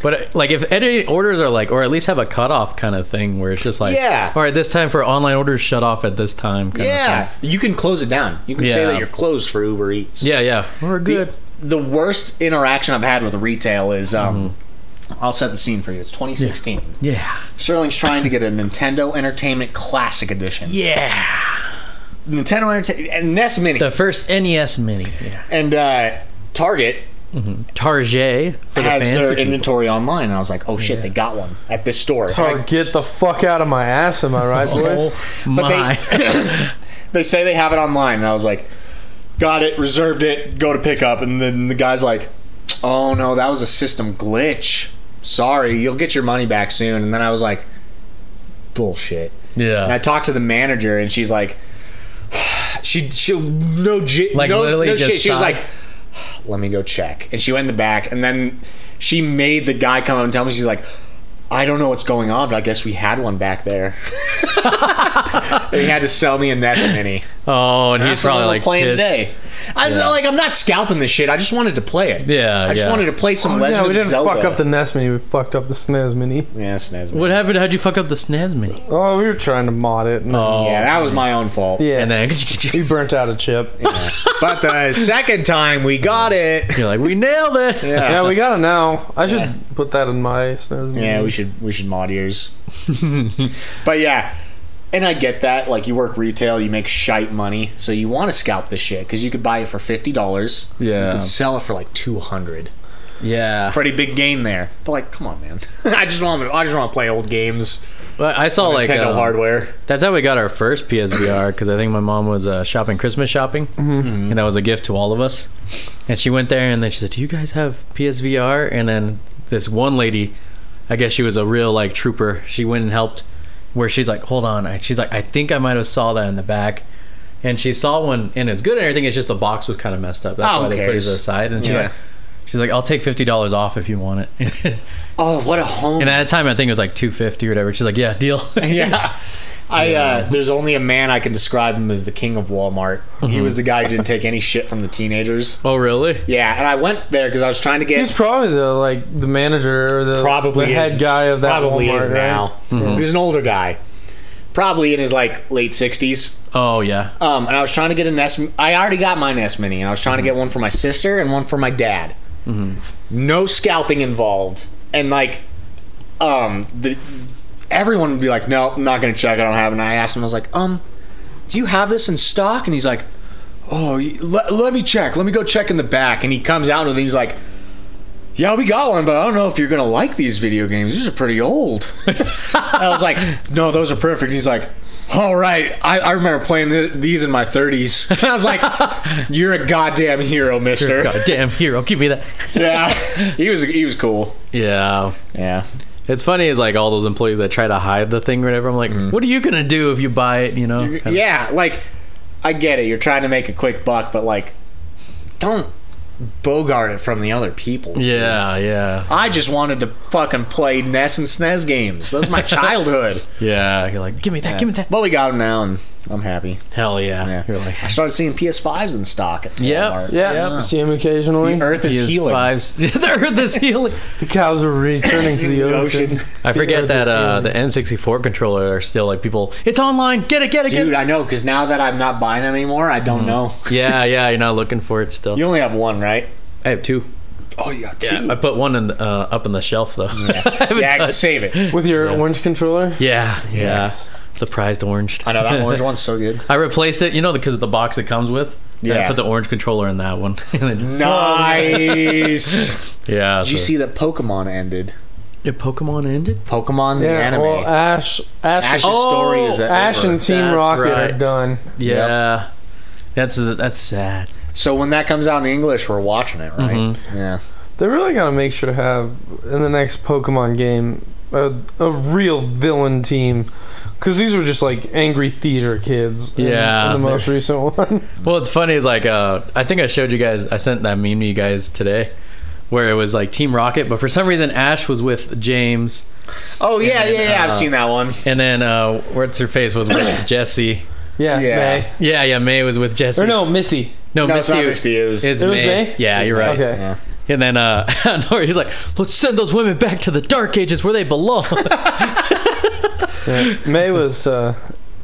S5: But uh, like, if editing orders are like, or at least have a cutoff kind of thing, where it's just like,
S1: Yeah.
S5: all right, this time for online orders, shut off at this time. Kind Of thing.
S1: You can close it down. You can say
S5: Yeah.
S1: that you're closed for Uber Eats.
S5: Yeah, yeah, we're good.
S1: The worst interaction I've had with retail is um I'll set the scene for you. It's 2016.
S5: Mm-hmm. yeah,
S1: Sterling's trying to get a Nintendo Entertainment Classic Edition.
S5: yeah.
S1: Nintendo Entertainment NES Mini
S5: The first NES Mini, yeah.
S1: and uh Target
S5: Target for the
S1: has
S5: fans.
S1: their inventory online, and I was like, "Oh shit, they got one at this store." And I-
S3: Or get the fuck out of my ass, am I right, boys?
S5: oh
S1: But
S5: my!
S1: they they say they have it online, and I was like, "Got it, reserved it, go to pick up." And then the guy's like, "Oh no, that was a system glitch. Sorry, you'll get your money back soon." And then I was like, "Bullshit." And I
S5: yeah,
S1: talked to the manager, and she's like, "She she no j-
S5: Like,
S1: no,
S5: literally
S1: no
S5: just
S1: shit." She was
S5: sighed.
S1: like, "Let me go check," and she went in the back, and then she made the guy come up and tell me she's like. I don't know what's going on, but I guess we had one back there. and he had to sell me a Nest Mini.
S5: oh, and he's
S1: That's what
S5: probably
S1: I'm
S5: like
S1: playing
S5: pissed.
S1: today. I was like, I'm not scalping this shit. I just wanted to play it.
S5: Yeah,
S1: I just
S5: yeah.
S1: wanted to play some Legend
S3: Oh, Yeah, we
S1: of
S3: didn't
S1: Zelda.
S3: fuck up the Nest Mini, we fucked up the SNES Mini.
S1: yeah, it's NES Mini.
S5: What happened? How'd you fuck up the SNES Mini?
S3: Oh, we were trying to mod it. and-
S5: Oh,
S1: Yeah, that was my own fault.
S3: yeah.
S5: and then
S3: we burnt out a chip. Yeah,
S1: But the second time we got it.
S5: you're like, we nailed it.
S3: we got it now. I should put that in my SNES Mini.
S1: Yeah, we should we should mod ears. but yeah, and I get that. Like you work retail, you make shite money, so you want to scalp this shit because you could buy it for fifty dollars.
S5: Yeah.
S1: you could sell it for like two hundred.
S5: Yeah.
S1: Pretty big gain there. But like, come on, man. I just want to I just want to play old games.
S5: But I saw like
S1: Nintendo
S5: um,
S1: hardware.
S5: That's how we got our first PSVR because I think my mom was uh, shopping Christmas shopping,
S1: Mm-hmm.
S5: and that was a gift to all of us. And she went there, and then she said, "Do you guys have PSVR?" And then this one lady, I guess she was a real like trooper. She went and helped. Where she's like, "Hold on," I- she's like, "I think I might have saw that in the back." And she saw one, and it's good and everything. It's just the box was kind of messed up. That's
S1: Oh,
S5: why
S1: who
S5: they put it
S1: cares?
S5: to the side. And she's
S1: Yeah.
S5: like, she's She's like, I'll take fifty dollars off if you want it.
S1: Oh, what a home.
S5: and at the time, I think it was like two fifty or whatever. She's like, Yeah, deal.
S1: yeah. I uh, there's only a man I can describe him as the king of Walmart. He was the guy who didn't take any shit from the teenagers.
S5: oh, really?
S1: Yeah, and I went there because I was trying to get
S3: He's probably the like the manager or the
S1: probably
S3: the
S1: is-
S3: head guy of that
S1: probably
S3: Walmart,
S1: is
S3: right?
S1: now. Mm-hmm. He was an older guy, probably in his like late sixties.
S5: Oh, yeah.
S1: Um, and I was trying to get an S. I already got my S Mini, and I was trying to get one for my sister and one for my dad. No scalping involved, and like, um, the everyone would be like, "No, I'm not gonna check. I don't have it." And I asked him, I was like, "Um, do you have this in stock?" And he's like, "Oh, y- let, let me check. Let me go check in the back." And he comes out and he's like. Yeah, we got one, but I don't know if you're gonna like these video games. These are pretty old. I was like, no, those are perfect. He's like, all right, I, I remember playing th- these in my 30s. And I was like, you're a goddamn hero, mister.
S5: God damn hero, give me that.
S1: yeah, he was he was cool.
S5: Yeah.
S1: Yeah,
S5: It's funny is like all those employees that try to hide the thing or whatever. I'm like, what are you gonna do if you buy it? You know? Kinda-
S1: yeah. Like, I get it. You're trying to make a quick buck, but like, don't bogart it from the other people.
S5: Yeah, yeah,
S1: I just wanted to fucking play NES and SNES games. That was my childhood.
S5: yeah. You're like, give me that, give me that.
S1: But we got them now, and I'm happy.
S5: Hell yeah.
S1: Yeah.
S5: You're like,
S1: I started seeing PS5s in stock at
S5: Yep.
S1: Walmart.
S3: Yeah,
S5: Yeah.
S3: see him occasionally.
S1: The Earth is
S5: use
S1: healing.
S5: fives. the earth is healing.
S3: The cows are returning to the ocean.
S5: I forget
S3: earth
S5: that
S3: is
S5: uh,
S3: healing.
S5: the N64 controller are still like people. It's online. Get it, get it, get
S1: Dude,
S5: it.
S1: I know because now that I'm not buying them anymore, I don't know.
S5: Yeah, yeah. You're not looking for it still.
S1: You only have one, right?
S5: I have two.
S1: Oh, you got
S5: Yeah, I put one in the, uh, up on the shelf though. Yeah,
S1: Yeah, save it.
S3: With your orange controller?
S5: yeah, yeah. The prized orange.
S1: I know that orange one's so good.
S5: I replaced it, you know, because of the box it comes with. Yeah. I
S1: Yeah.
S5: put the orange controller in that one. And then-
S1: Nice.
S5: yeah.
S1: Did you
S5: so-
S1: see that Pokemon ended?
S5: Did Pokemon ended?
S1: Pokemon the
S3: Yeah.
S1: anime.
S3: Well, Ash, Ash,
S1: Ash's
S3: oh,
S1: story is that
S3: Ash and Team
S5: That's
S3: Rocket
S5: right.
S3: are done.
S5: Yeah. That's that's sad.
S1: so when that comes out in English, we're watching it, right?
S5: Mm-hmm.
S1: Yeah.
S3: They really gotta make sure to have in the next Pokemon game a, a real villain team, because these were just like angry theater kids. in-
S5: Yeah,
S3: in the most recent one.
S5: Well, it's funny is like uh, I think I showed you guys. I sent that meme to you guys today, where it was like Team Rocket, but for some reason Ash was with James,
S1: Oh yeah, yeah, yeah. I've
S5: uh,
S1: seen that one.
S5: and then uh, what's her face was with Jesse.
S3: yeah,
S1: Yeah.
S3: May.
S5: Yeah, yeah, May was with Jesse.
S3: Or no, Misty.
S5: no,
S1: No, it's
S5: Misty.
S1: not Misty. It was.
S5: It's
S3: It was
S5: May.
S3: May?
S5: Yeah, you're right.
S3: Okay.
S1: yeah.
S5: And then uh, no, he's like, let's send those women back to the Dark Ages where they belong.
S3: Yeah. May was uh,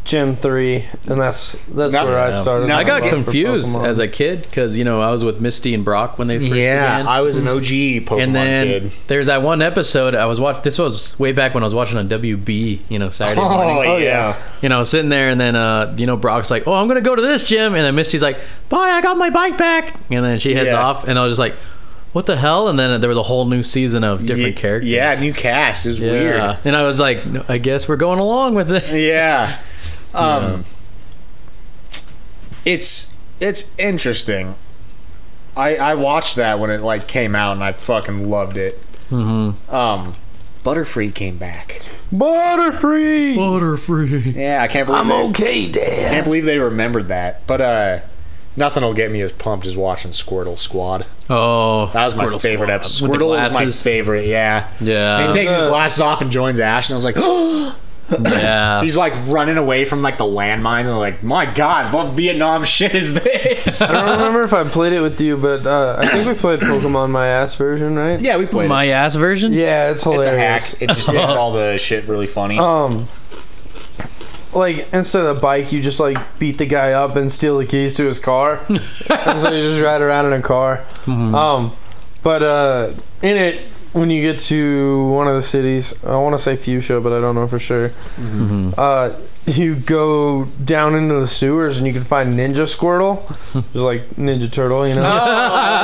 S3: Gen three, and that's that's
S1: Now-
S3: where I started.
S1: now-
S3: my
S5: I got
S3: love for
S5: confused
S3: Pokemon.
S5: as a kid because you know I was with Misty and Brock when they first
S1: Yeah,
S5: began.
S1: I was an OG Pokemon
S5: and then
S1: kid.
S5: there's that one episode I was watching. This was way back when I was watching on WB, you know, Saturday
S1: Oh,
S5: morning.
S1: yeah.
S5: You know, I was sitting there, and then uh, you know, Brock's like, "Oh, I'm gonna go to this gym," and then Misty's like, "Bye, I got my bike back," and then she heads
S1: Yeah.
S5: off, and I was just like, "What the hell?" And then there was a whole new season of different
S1: Ye-
S5: characters.
S1: Yeah, new cast is
S5: Yeah.
S1: weird.
S5: And I was like, "No, "I guess we're going along with it."
S1: yeah. Um, It's it's interesting. I I watched that when it like came out and I fucking loved it. Mm-hmm. Um, Butterfree came back.
S3: Butterfree.
S5: Butterfree.
S1: Yeah, I can't believe
S3: I'm
S1: they,
S3: okay, Dad.
S1: can't believe they remembered that. But uh, nothing will get me as pumped as watching Squirtle Squad.
S5: Oh,
S1: That was my
S5: Squirtle
S1: favorite
S5: Squad.
S1: episode.
S5: With the
S1: Squirtle is my
S5: glasses.
S1: favorite. Yeah,
S5: Yeah.
S1: he takes his
S3: Uh,
S1: glasses off and joins Ash, and I was like,
S5: yeah.
S1: he's like running away from like the landmines, and I'm like, my god, what Vietnam shit is this?
S3: I don't remember if I played it with you, but uh, I think we played Pokemon My Ass version, right?
S1: yeah, we played.
S5: my ass version.
S3: Yeah, it's
S1: It's a
S3: hilarious.
S1: hack. It just makes all the shit really funny.
S3: Um, like instead of a bike, you just like beat the guy up and steal the keys to his car, and so you just ride around in a car. Um, but uh, in it, when you get to one of the cities, I want to say Fuchsia, but I don't know for sure. Uh, you go down into the sewers and you can find Ninja Squirtle, who's like Ninja Turtle, you know.
S1: Oh.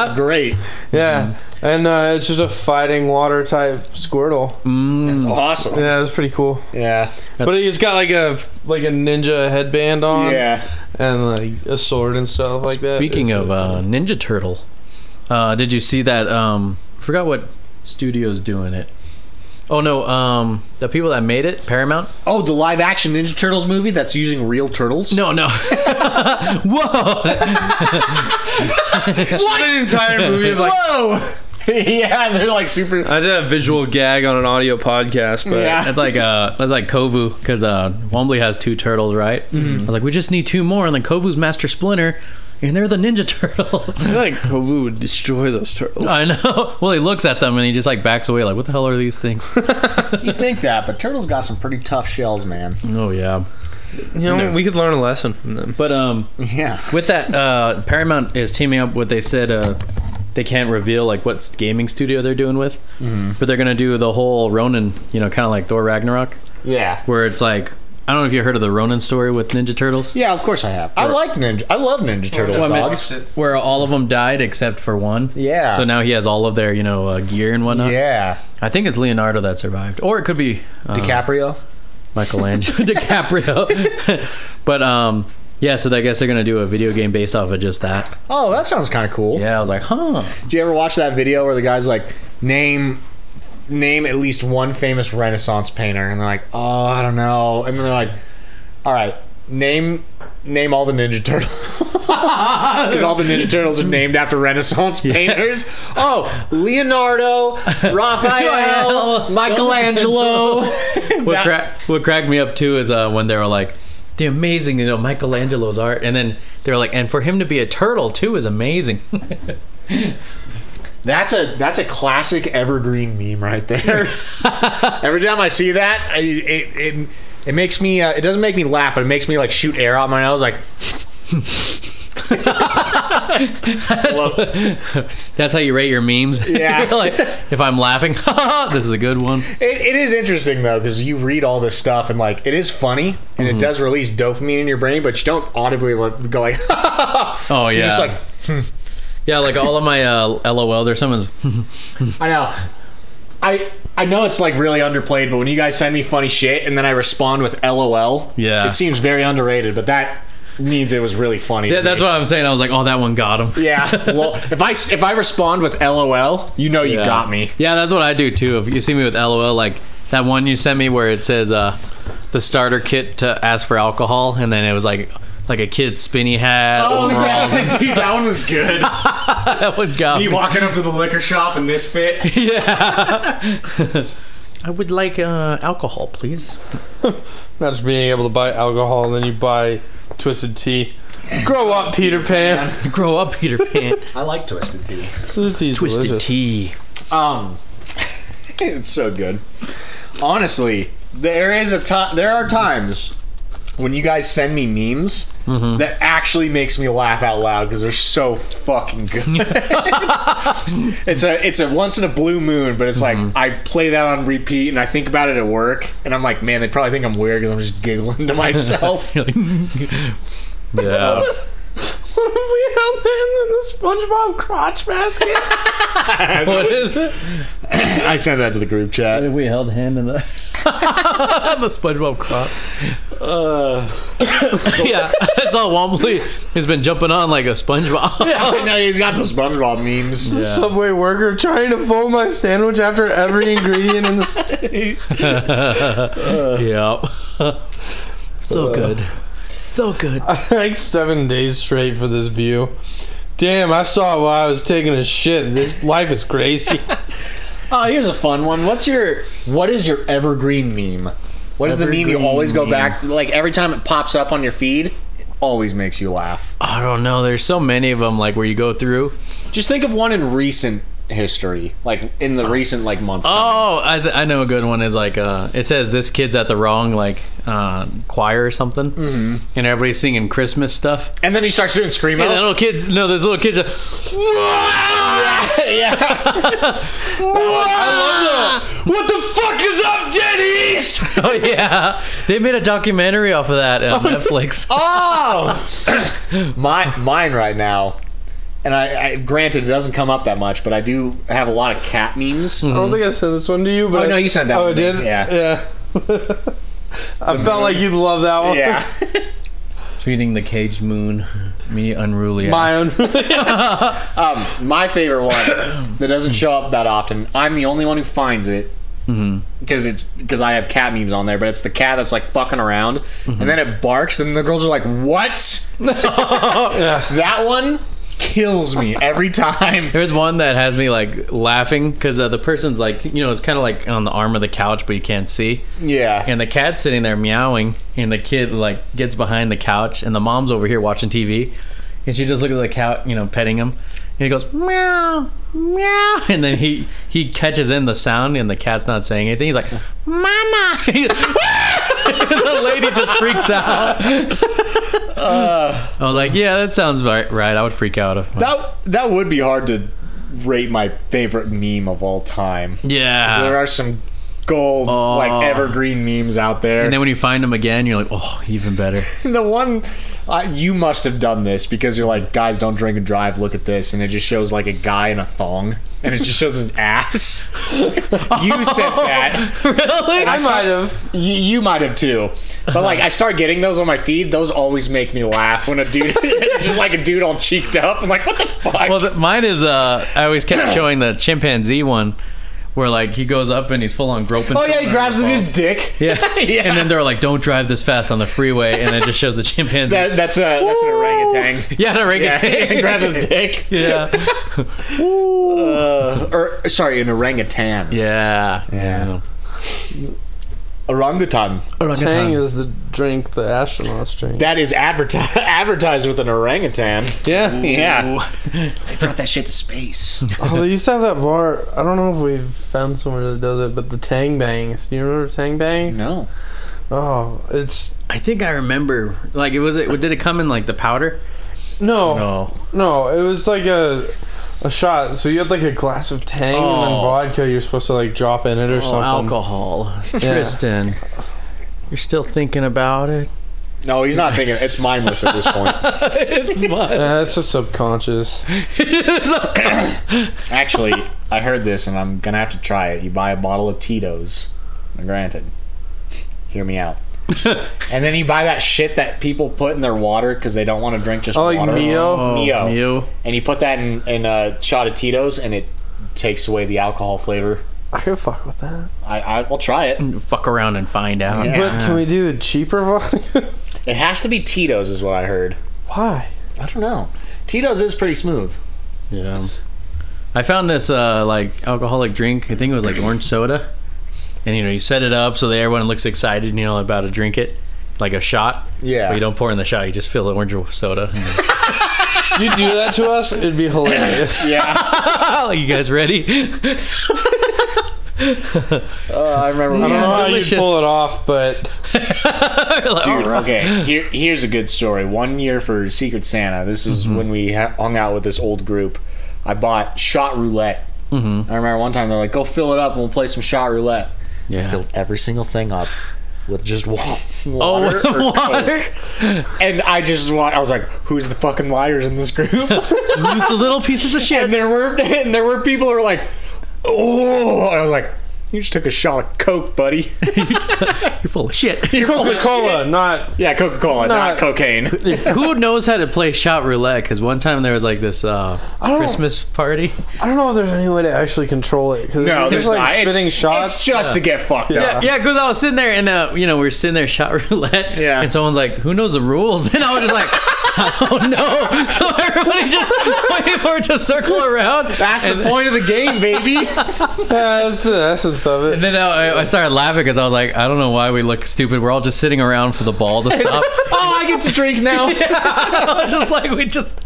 S1: That's great.
S3: Yeah, and uh, it's just a fighting water type Squirtle.
S5: Mm,
S1: That's awesome.
S3: Yeah, it was pretty cool.
S1: Yeah.
S3: But he's got like a like a ninja headband on,
S1: Yeah.
S3: and like a sword and stuff like that.
S5: Speaking
S3: It's-
S5: of uh, Ninja Turtle, uh, did you see that? Um, forgot what studio's doing it. Oh no, um, the people that made it, Paramount.
S1: Oh, the live action Ninja Turtles movie that's using real turtles?
S5: No, no. Whoa.
S3: It's an entire movie of like
S1: Whoa!
S2: yeah, they're like super.
S3: I did a visual gag on an audio podcast, but
S2: Yeah.
S5: That's like uh, that's like Kovu because uh, Wombly has two turtles, right?
S3: Mm-hmm.
S5: I was like, we just need two more, and then Kovu's Master Splinter, and they're the Ninja Turtle.
S3: I feel like Kovu would destroy those turtles.
S5: I know. Well, he looks at them and he just like backs away, like, what the hell are these things?
S2: You think that, but turtles got some pretty tough shells, man.
S5: oh yeah.
S3: You know, we could learn a lesson from them.
S5: But um,
S2: Yeah.
S5: with that, uh, Paramount is teaming up. What they said, uh, they can't reveal like what gaming studio they're doing with,
S1: Mm-hmm.
S5: but they're gonna do the whole Ronin, you know, kind of like Thor Ragnarok,
S1: Yeah.
S5: where it's like, I don't know if you heard of the Ronin story with Ninja Turtles.
S2: Yeah, of course I have.
S1: I like Ninja. I love Ninja Turtles,
S5: Well, I mean-
S1: dog.
S5: where all of them died except for one.
S1: Yeah.
S5: So now he has all of their, you know, uh, gear and whatnot.
S1: Yeah.
S5: I think it's Leonardo that survived, or it could be uh,
S1: DiCaprio.
S5: Michelangelo DiCaprio. but um, yeah. So I guess they're gonna do a video game based off of just that.
S1: Oh, that sounds kind of cool.
S5: Yeah. I was like, huh.
S1: Do you ever watch that video where the guy's like, name name at least one famous Renaissance painter, and they're like, oh, I don't know, and then they're like, all right, name name all the Ninja Turtles. Because all the Ninja Turtles are named after Renaissance painters. Oh, Leonardo, Raphael,
S5: Raphael,
S1: Michelangelo.
S5: What, crack what cracked me up too is uh, when they were like, the amazing, you know, Michelangelo's art, and then they're like, and for him to be a turtle too is amazing.
S1: That's a that's a classic evergreen meme right there. Every time I see that, I, it, it it makes me uh, it doesn't make me laugh, but it makes me like shoot air out my nose. Like
S5: That's how you rate your memes.
S1: Yeah.
S5: Like, if I'm laughing, this is a good one.
S1: it, it is interesting though because you read all this stuff and like it is funny and
S5: Mm-hmm.
S1: it does release dopamine in your brain, but you don't audibly like, go like
S5: Oh yeah.
S1: you're just like
S5: Yeah, like all of my uh, LOLs or someone's.
S1: I know. I I know it's like really underplayed, but when you guys send me funny shit and then I respond with LOL,
S5: Yeah.
S1: it seems very underrated. But that means it was really funny. to
S5: Yeah, that's
S1: me.
S5: what I'm saying. I was like, oh, that one got him.
S1: Yeah. Well, if I if I respond with LOL, you know you
S5: Yeah.
S1: got me.
S5: Yeah, that's what I do too. If you see me with LOL, like that one you sent me where it says uh, the starter kit to ask for alcohol, and then it was like like a kid spinny hat.
S1: Oh,
S5: overalls.
S1: dude, that one was good.
S5: that one got me.
S1: walking up to the liquor shop in this fit.
S5: I would like uh, alcohol, please.
S3: Not just being able to buy alcohol and then you buy twisted tea. Grow up, Peter Pan.
S5: Grow up, Peter Pan.
S2: I like Twisted Tea.
S3: Twisted tea's
S5: Twisted
S3: delicious.
S5: tea.
S1: Um,
S2: It's so good. Honestly, there is a time. There are times when you guys send me memes that actually makes me laugh out loud because they're so fucking good. it's a it's a once in a blue moon, but it's like I play that on repeat and I think about it at work, and I'm like, man, they probably think I'm weird because I'm just giggling to myself.
S5: Yeah.
S3: What if we held hands in the SpongeBob crotch basket?
S5: what is it?
S2: I send that to the group chat.
S5: We held hand in the the SpongeBob crop. Uh. yeah, that's all Wombly has been jumping on like a SpongeBob.
S2: Oh no, he's got the SpongeBob memes.
S3: Subway worker trying to fold my sandwich after every ingredient in the.
S5: yeah. so good. So good.
S3: like seven days straight for this view. Damn, I saw it while I was taking a shit. This life is crazy.
S1: oh, here's a fun one. What's your what is your evergreen meme? What is the meme you
S5: Evergreen
S1: always go
S5: meme.
S1: back like every time it pops up on your feed?
S2: Always makes you laugh.
S5: I don't know. There's so many of them like where you go through.
S1: Just think of one in recent history, like in the recent like months.
S5: Oh, I, th- I know a good one is like uh, it says this kid's at the wrong like uh, choir or something, mm-hmm. and everybody's singing Christmas stuff.
S2: Oh.
S1: and then he starts doing screamo.
S5: And the little kids, no, there's little kids. That,
S1: what the fuck is up, Denny's?
S5: oh yeah, they made a documentary off of that on Netflix.
S1: Oh, my mine right now. And I, I granted it doesn't come up that much, but I do have a lot of cat memes.
S2: Hmm.
S3: I don't think I sent this one to you, but
S1: Oh, no, you sent that
S3: Oh,
S1: one
S3: I
S1: to me.
S3: did.
S1: Yeah.
S3: yeah. I felt like you'd love that one.
S1: Yeah,
S5: Feeding the caged moon, me unruly.
S3: My own.
S1: um, my favorite one that doesn't show up that often. I'm the only one who finds it because it because I have cat memes on there. But it's the cat that's like fucking around, and then it barks, and the girls are like, "What?" that one kills me every time.
S5: There's one that has me like laughing because uh, the person's like, you know, it's kind of like on the arm of the couch, but you can't see.
S1: Yeah.
S5: And the cat's sitting there meowing, and the kid like gets behind the couch, and the mom's over here watching TV, and she just looks at the cat, you know, petting him, and he goes meow, meow, and then he he catches in the sound, and the cat's not saying anything. He's like, mama. He's, the lady just freaks out. I was like, yeah, that sounds right. Right, I would freak out if.
S1: That Oh, that would be hard to rate my favorite meme of all time.
S5: yeah.
S1: There are some gold
S5: Oh.
S1: like evergreen memes out there.
S5: And then when you find them again, you're like, oh, even better.
S1: the one uh, you must have done this because you're like, guys, don't drink and drive. Look at this, and it just shows like a guy in a thong, and it just shows his ass. you said that.
S5: really?
S1: I might have. You, you might have too. But like, I start getting those on my feed. Those always make me laugh when a dude, it's just like a dude all cheeked up. I'm like, what the fuck?
S5: Well, th mine is. Uh, I always kept showing the chimpanzee one, where like he goes up and he's full on groping.
S1: oh yeah, he
S5: someone.
S1: grabs the dude's dick.
S5: Yeah.
S1: Yeah.
S5: And then they're like, "Don't drive this fast on the freeway," and it just shows the chimpanzee.
S1: That, Uh, that's a that's an orangutan.
S5: yeah, an orangutan.
S1: Yeah, grabs his dick.
S5: yeah.
S1: Uh, or sorry, an orangutan.
S5: Yeah.
S1: Yeah. Orangutan.
S3: Tang is the drink the astronauts drink.
S1: That is advertised advertised with an orangutan.
S3: Yeah.
S1: Yeah.
S3: Oh, they used to have that bar. I don't know if we've found somewhere that does it, but the Tang Bangs. Do you remember Tang Bangs?
S1: No.
S3: Oh, it's
S5: I think I remember. Like, it was it. Did it come in like the powder?
S1: Oh,
S3: no, no,
S5: No.
S3: It was like a a shot. So you had like a glass of Tang and then
S5: Oh.
S3: vodka. You're supposed to like drop in it or
S5: Oh,
S1: um,
S3: something.
S5: alcohol. Tristan, you're still thinking about it.
S1: No, he's not thinking. It's mindless at this point.
S5: it's mine.
S3: Yeah, it's just subconscious.
S1: Actually, I heard this and I'm gonna have to try it. You buy a bottle of Tito's. Now, Granted, hear me out. and then you buy that shit that people put in their water because they don't want to drink just
S3: Oh, like
S1: water.
S3: Mio? Oh,
S1: Mio.
S5: Mio.
S1: And you put that in, in a shot of Tito's and it takes away the alcohol flavor.
S3: I could fuck with that.
S1: I, I will try it.
S5: Fuck around and find out.
S1: Yeah.
S3: But can we do a cheaper vodka?
S1: It has to be Tito's, is what I heard.
S3: Why?
S1: I don't know. Tito's is pretty smooth.
S5: Yeah. I found this uh, like alcoholic drink. I think it was like orange soda, and you know you set it up so that everyone looks excited, you know, about to drink it, like a shot.
S1: Yeah.
S5: But you don't pour in the shot. You just fill the orange soda.
S3: If you do that to us, it'd be hilarious.
S1: Yeah,
S5: oh, you guys ready?
S1: Uh, I remember.
S3: I don't know how you
S5: Delicious.
S3: pull it off, but
S1: Dude, okay. Here, here's a good story. One year for Secret Santa, this was when we ha- hung out with this old group. I bought shot roulette. Mm-hmm. I remember one time they're like, "Go fill it up and we'll play some shot roulette."
S5: Yeah.
S1: Filled every single thing up with just wa-
S5: Oh,
S1: water. or Coke.
S5: water.
S1: And I just, wa- I was like, "Who's the fucking liars in this group?"
S5: Who's the little pieces of shit?
S1: and there were, and there were people who were like, "Oh," and I was like, "You just took a shot of Coke, buddy."
S5: You're full of shit.
S3: Coca Cola, not
S1: yeah, Coca Cola,
S3: Not-
S1: not cocaine.
S5: Who knows how to play shot roulette? Because one time there was like this uh,
S1: Oh.
S3: don't-
S5: Christmas party.
S3: I don't know if there's any way to actually control it because
S1: No,
S3: it's
S1: there's
S3: just like
S1: not. It's-
S3: spitting shots.
S1: It's just to get fucked
S5: Yeah,
S1: up.
S5: yeah, because I was sitting there and uh, you know we were sitting there shot roulette.
S1: Yeah.
S5: And someone's like, "Who knows the rules?" And I was just like, "I don't know." So everybody just waited for it to circle around.
S1: That's the
S5: and,
S1: point of the game, baby.
S3: Yeah, that's the essence of
S5: And
S3: it.
S5: then uh, I, I started laughing because I was like, "I don't know why we look stupid. We're all just sitting around for the ball to stop."
S1: oh, I get to drink now. Yeah.
S5: I was just like, "We just,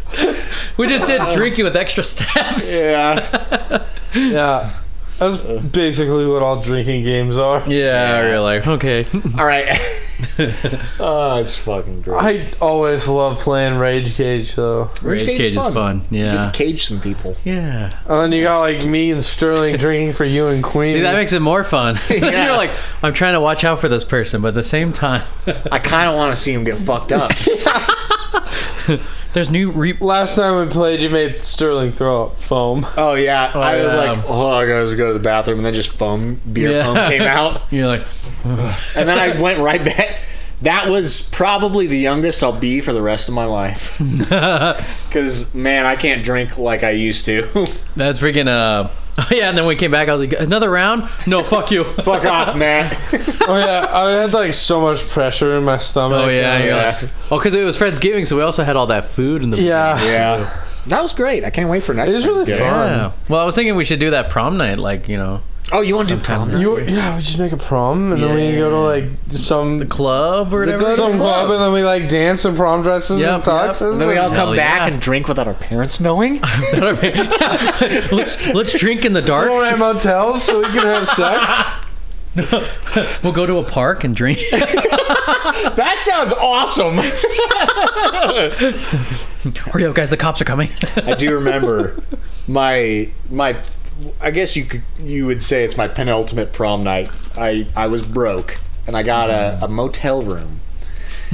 S5: we just did
S1: Uh.
S5: drinking with extra steps."
S3: Yeah, that's basically what all drinking games are.
S5: Yeah, we were like, okay.
S1: All right. oh, it's fucking great.
S3: I always love playing Rage Cage though,
S5: Rage
S1: Cage
S5: cage,
S1: is
S5: is
S1: fun.
S5: fun.
S1: Get to
S5: Yeah,
S1: cage some people.
S5: yeah.
S3: and then you got like me and Sterling drinking for you and Queen.
S5: See, that makes it more fun. You're like, I'm trying to watch out for this person, but at the same time,
S1: I kind of want to see him get fucked up.
S5: there's new re-
S3: Last time we played, you made Sterling throw up foam.
S1: oh yeah, I was
S5: yeah.
S1: like, oh, I gotta go to the bathroom, and then just foam beer
S5: Yeah.
S1: foam came out,
S5: You're like,
S1: and then I went right back. That was probably the youngest I'll be for the rest of my life. Because man, I can't drink like I used to.
S5: that's freaking. Uh, oh yeah, and then when we came back, I was like, another round? No, fuck you.
S1: Fuck off, man.
S3: oh yeah, I had like so much pressure in my stomach.
S5: Oh yeah,
S3: And,
S5: yeah. Oh, because it was Friendsgiving, so we also had all that food and the
S3: yeah.
S1: yeah.
S7: That was great. I can't wait for next.
S3: It was really
S7: Thanksgiving.
S3: fun.
S5: Yeah. Well, I was thinking we should do that prom night, like you know,
S7: Oh, you want to do prom?
S5: Sometime.
S7: night?
S3: You were, yeah, we just make a prom and then we
S5: Yeah.
S3: go to like some
S5: the club or whatever.
S3: some club and then we like dance in prom dresses
S5: Yep,
S3: and tuxes.
S5: yep.
S7: And then we all
S5: Hell
S7: come back
S5: yeah.
S7: and drink without our parents knowing.
S5: let's let's drink in the
S3: We
S5: dark.
S3: don't have motels, so we can have sex.
S5: We'll go to a park and drink.
S7: that sounds awesome.
S5: Hurry up, guys! The cops are coming.
S1: I do remember my my. I guess you could you would say it's my penultimate prom night. I I was broke and I got a, a motel room.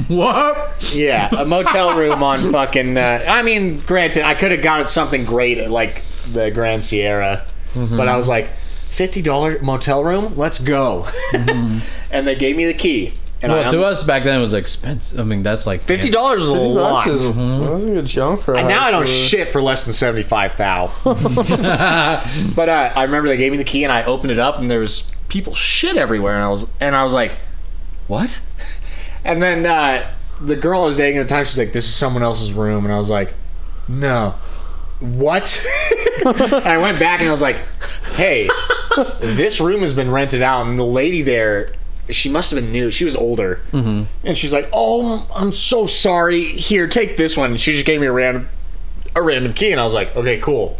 S5: what?
S1: Yeah, a motel room on fucking. Uh, I mean, granted, I could have gotten something great at like the Grand Sierra,
S7: Mm-hmm.
S1: but I was like, fifty dollar motel room. Let's go.
S7: Mm-hmm.
S1: and they gave me the key. And
S5: Well,
S1: I
S5: to us back then it was expensive. I mean, that's like
S1: fifty dollars was a lot.
S3: That's a good chunk for. a
S1: And now
S3: high
S1: I don't
S3: school.
S1: shit for less than seventy five thou. but uh, I remember they gave me the key and I opened it up and there was people shit everywhere and I was and I was like, what? And then uh, the girl I was dating at the time she's like, this is someone else's room and I was like, no, what? and I went back and I was like, hey, this room has been rented out and the lady there. She must have been new. She was older, and she's like, "Oh, I'm so sorry. Here, take this one." And she just gave me a random a random key and I was like, okay, cool.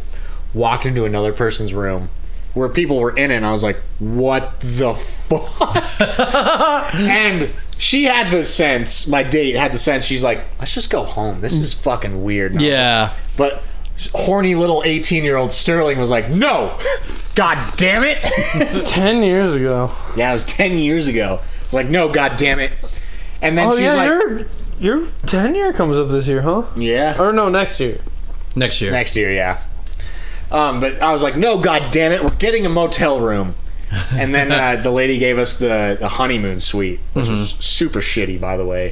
S1: Walked into another person's room where people were in it and I was like, what the fuck? and she had the sense, my date had the sense, she's like, let's just go home. This is fucking weird. And I was
S5: Yeah.
S1: like- but horny little 18 year old Sterling was like, no, god damn it.
S3: Ten years ago.
S1: yeah, it was 10 years ago. I was like, no, god damn it. And then
S3: Oh
S1: she's
S3: yeah,
S1: like,
S3: your your tenure comes up this year, huh?
S1: yeah.
S3: Or no, next year.
S5: Next year.
S1: Next year, yeah. Um, but I was like, no, god damn it, we're getting a motel room. And then uh, the lady gave us the, the honeymoon suite, which was super shitty, by the way.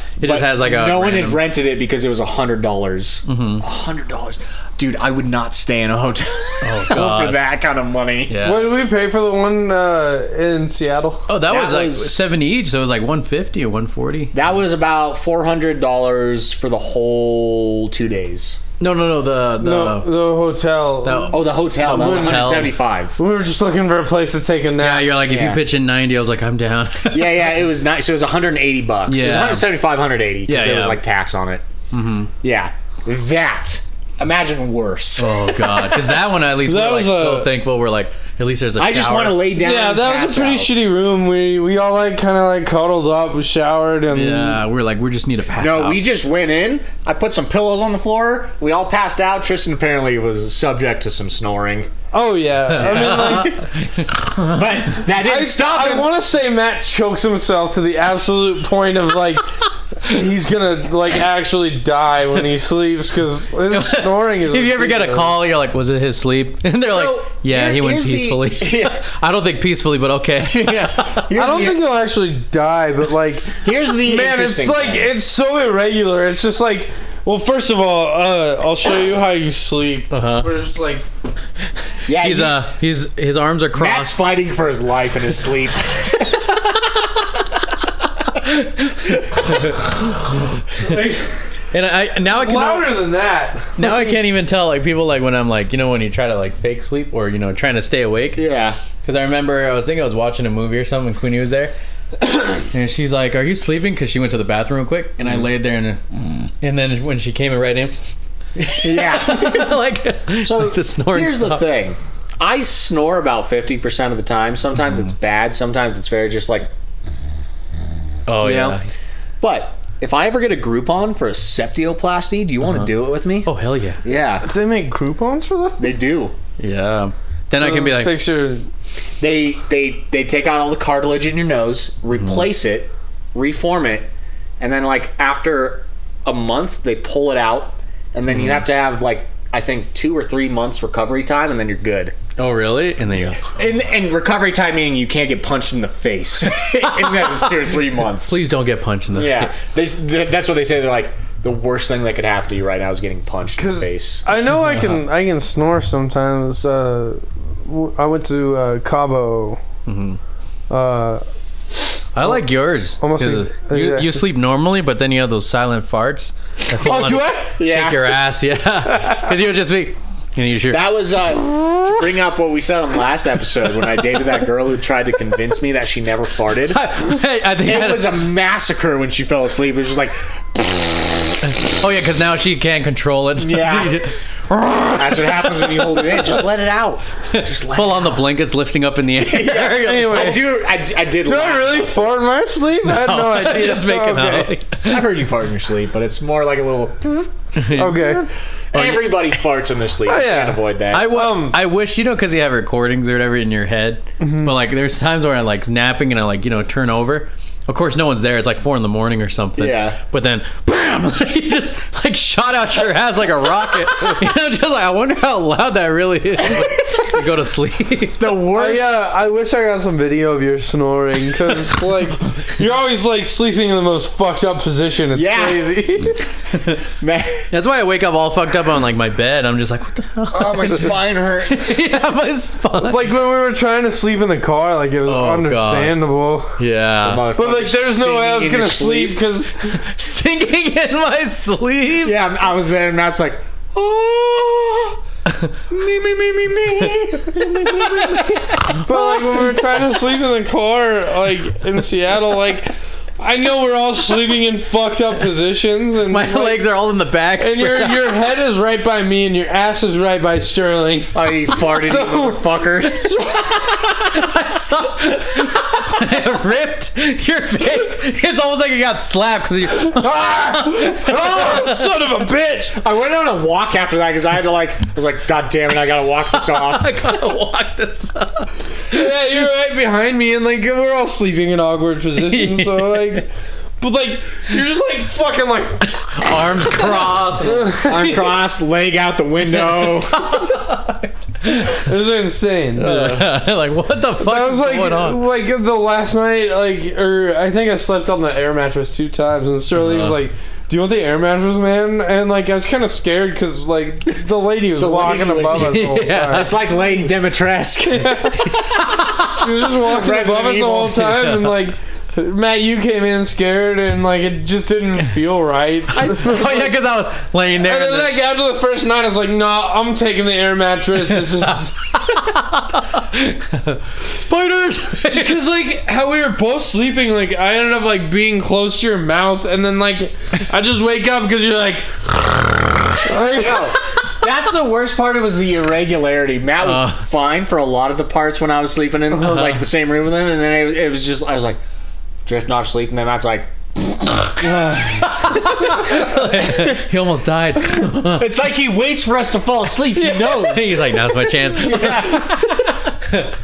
S5: Mm-hmm. it just has like a.
S1: no one had
S5: random- Mm-hmm.
S1: rented it because it was hundred dollars. A hundred dollars, dude. I would not stay in a hotel for
S5: Oh, God.
S1: that kind of money.
S5: Yeah.
S3: What did we pay for the one uh, in Seattle?
S5: Oh, that,
S1: That
S5: was like
S1: was-
S5: seventy each. So it was like one fifty or one forty.
S1: That was about four hundred dollars for the whole two days.
S5: No, no, no. The the.
S3: No, the hotel.
S5: the-
S1: Oh, the hotel that was one
S5: motel.
S1: hundred seventy-five.
S3: we were just looking for a place to take a
S5: yeah,
S3: nap.
S5: Ah, you're like if you
S1: Yeah.
S5: pitch in ninety, I was like I'm down.
S1: yeah, yeah, it was nice. So it was one hundred and eighty bucks. It was
S5: Yeah.
S1: one hundred seventy-five, hundred eighty.
S5: Yeah,
S1: Yeah, there was
S5: yeah.
S1: like tax on it.
S3: Mm-hmm.
S1: Yeah, that. Imagine worse.
S5: Oh god, because that one at least
S3: That
S5: we're
S3: was
S5: like so
S3: a-
S5: thankful. We're like at least there's a.
S1: I just
S5: shower.
S1: want to lay down.
S3: Yeah,
S1: and
S3: that was
S1: pass
S3: a pretty
S1: out.
S3: shitty room. We we all like kind of like cuddled up, we showered, and
S5: Yeah, we're like we just need a pass.
S1: No,
S5: out.
S1: we just went in. I put some pillows on the floor. We all passed out. Tristan apparently was subject to some snoring,
S3: oh yeah. I mean, like
S1: but that didn't
S3: I,
S1: stop
S3: I
S1: him.
S3: want to say Matt chokes himself to the absolute point of like he's gonna like actually die when he sleeps because his snoring is.
S5: If you ever get a
S3: ridiculous.
S5: call, you're like, was it his sleep? And they're
S1: So,
S5: like, yeah,
S1: here-
S5: he went
S1: here's the-
S5: peacefully.
S1: Yeah.
S5: I don't think peacefully, but okay.
S3: I don't think he'll actually die, but like,
S1: Here's the
S3: man, it's
S1: interesting
S3: like
S1: thing.
S3: it's so irregular. It's just like, well, first of all, uh, I'll show you how you sleep.
S5: Uh-huh.
S3: We're just like,
S1: yeah,
S5: He's uh, he's his arms are
S1: Matt's
S5: crossed.
S1: fighting for his life in his sleep.
S5: And I now I can
S3: louder than that.
S5: now I can't even tell like people like when I'm like you know when you try to like fake sleep or you know trying to stay awake.
S1: yeah,
S5: Because I remember I was thinking I was watching a movie or something, and Queenie was there, and she's like, "Are you sleeping?" Because she went to the bathroom real quick, and I
S1: Mm.
S5: laid there, and and then when she came right in,
S1: yeah.
S5: like, like the snoring.
S1: Here's
S5: stopped.
S1: the thing. I snore about fifty percent of the time. Sometimes it's bad. Sometimes it's very just like.
S5: Oh
S1: You
S5: yeah.
S1: know? But if I ever get a Groupon for a septioplasty, do you want to do it with me?
S5: Oh hell yeah.
S1: Yeah,
S3: Do they make Groupon's for that?
S1: they do.
S5: Yeah. Then I can be like,
S3: fix your
S1: they they they take out all the cartilage in your nose, replace it, reform it, and then like after a month they pull it out, and then you have to have like I think two or three months recovery time, and then you're good.
S5: oh really? And then you,
S1: And, and recovery time meaning you can't get punched in the face in those two or three months.
S5: please don't get punched in the.
S1: yeah, they, s- th- that's what they say. They're like the worst thing that could happen to you right now is getting punched in the
S3: 'Cause-
S1: face.
S3: I know I can I can snore
S5: Mm-hmm.
S3: sometimes. Uh, w- I went to uh, Cabo. Uh,
S5: I like yours.
S3: Almost
S5: 'cause
S3: ex-
S5: you, you
S3: exactly.
S5: sleep normally, but then you have those silent farts. That feel
S3: Oh,
S5: on-
S3: do I?
S1: Yeah.
S5: Shake your ass, yeah. Because you would just be, and you sure.
S1: That was uh, to bring up what we said on last episode when I dated that girl who tried to convince me that she never farted.
S5: Hey, I think I
S1: It
S5: had a-
S1: was a massacre when she fell asleep. It was just like,
S5: oh yeah, because now she can't control it.
S1: Yeah. that's what happens when you hold it in. Just let it out. Just let
S5: Full on the blankets lifting up in the air.
S1: it out. I
S5: anyway,
S1: do. I, I did.
S3: Do I
S1: laugh.
S3: really fart in my sleep? I had no idea.
S5: just making
S3: okay.
S1: I've heard you fart in your sleep, but it's more like a little.
S5: out.
S3: Okay.
S1: Everybody farts in their sleep. You
S3: yeah.
S1: can't avoid that.
S5: I, w-
S3: Um,
S5: I wish you know because you have recordings or whatever in your head, but like there's times where I like napping and I like you know turn over. Of course, no one's there. It's like four in the morning or something.
S1: Yeah.
S5: But then, bam! Like, you just like shot out your ass like a rocket. you know, just like I wonder how loud that really is. you go to sleep.
S1: the
S3: I,
S1: worst.
S3: uh, I wish I got some video of your snoring because like you're always like sleeping in the most fucked up position. It's
S1: Yeah.
S3: crazy.
S1: Man,
S5: That's why I wake up all fucked up on like my bed. I'm just like, what the hell?
S7: Oh, my spine hurts.
S5: yeah, my spine.
S3: like when we were trying to sleep in the car, like it was
S5: God.
S3: understandable.
S5: yeah,
S3: But like, there's no way I
S1: Singing
S3: was
S1: in
S3: gonna
S1: your
S3: sleep because
S5: singing in my sleep.
S1: Yeah, I'm- I was there, and Matt's like,
S5: Oh.
S1: me, me, me, me, me.
S3: But like when we were trying to sleep in the car, like in Seattle, like I know we're all sleeping in fucked up positions, and
S5: My
S3: like,
S5: legs are all in the back.
S3: and your your head is right by me, and your ass is right by Sterling.
S1: I farted,
S3: So-
S1: you motherfucker.
S5: It ripped your face. It's almost like you got slapped because you.
S3: Oh, son of a bitch!
S1: I went on a walk after that because I had to like. I was like, God damn it, I gotta walk this off.
S5: I gotta walk this up.
S3: Yeah, you're right behind me, and like we're all sleeping in awkward positions. So like, but like you're just like fucking like
S5: Arms crossed.
S1: Arm crossed, leg out the window.
S3: it was insane. dude.
S5: like what the
S3: I
S5: fuck
S3: was
S5: is
S3: like,
S5: going on?
S3: like the last night, like, or I think I slept on the air mattress two times, and Shirley was
S5: Uh-huh.
S3: like, "Do you want the air mattress, man?" And like, I was kind of scared because like the lady was
S1: The
S3: walking
S1: lady was-
S3: above us the whole time.
S1: That's like Lady Demetresque.
S3: She was just walking
S1: Resident
S3: above us the
S1: Evil.
S3: whole time, and like. Matt, you came in scared, and like it just didn't feel right.
S5: Oh yeah, because I was laying
S3: And
S5: there.
S3: then
S5: and
S3: like after the first night, I was like, "Nah, I'm taking the air mattress." This is
S5: spiders.
S3: Because like how we were both sleeping, like I ended up like being close to your mouth, and then like I just wake up because you're like,
S1: That's the worst part. It was the irregularity. Matt was
S5: Uh. Uh-huh.
S1: fine for a lot of the parts when I was sleeping in like the same room with him, and then it, it was just I was like drifting off to sleep, and then Matt's like,
S5: he almost died.
S1: it's like he waits for us to fall asleep. He knows.
S5: He's like, now's my chance.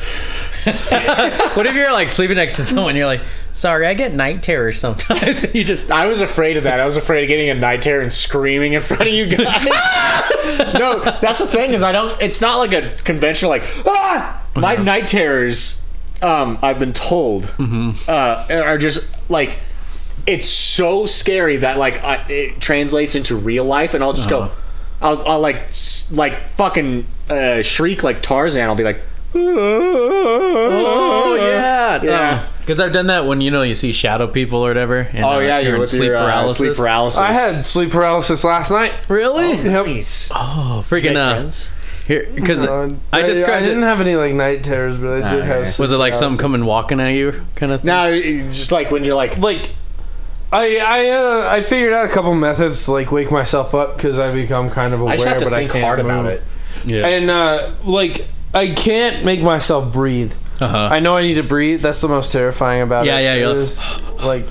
S5: what if you're like sleeping next to someone? You're like, sorry, I get night terrors sometimes. you just
S1: I was afraid of that. I was afraid of getting a night terror and screaming in front of you guys. no, that's the thing is I don't. It's not like a conventional like ah. My night terrors, um, I've been told, uh, are just like it's so scary that like I, it translates into real life, and I'll just
S5: Uh-huh.
S1: go, I'll, I'll like s- like fucking uh, shriek like Tarzan. I'll be like,
S5: Oh yeah,
S1: Yeah.
S5: Because I've done that when you know you see shadow people or whatever. And,
S1: oh
S5: uh,
S1: yeah,
S5: you're
S1: you're
S5: in
S1: with
S5: sleep
S1: your, uh,
S5: paralysis.
S1: Sleep paralysis.
S3: I had sleep paralysis last night.
S5: Really?
S3: Yep.
S1: Please.
S5: Oh, freaking uh, here because
S3: Uh,
S5: I described
S3: didn't
S5: it.
S3: have any like night terrors, but I did
S1: Ah,
S3: have.
S1: yeah.
S3: Sleep
S5: Was it like something
S3: paralysis.
S5: coming walking at you kind of? thing?
S1: No, it's just like when you're like.
S3: Like, I I uh, I figured out a couple methods to like wake myself up because I become kind of aware,
S1: I just have to
S3: but
S1: think
S3: I can't
S1: hard
S3: move.
S1: about it.
S5: Yeah.
S3: And uh, like I can't make myself breathe.
S5: Uh huh.
S3: I know I need to breathe. That's the most terrifying about
S5: Yeah,
S3: it.
S5: yeah, you're-
S3: Is, like,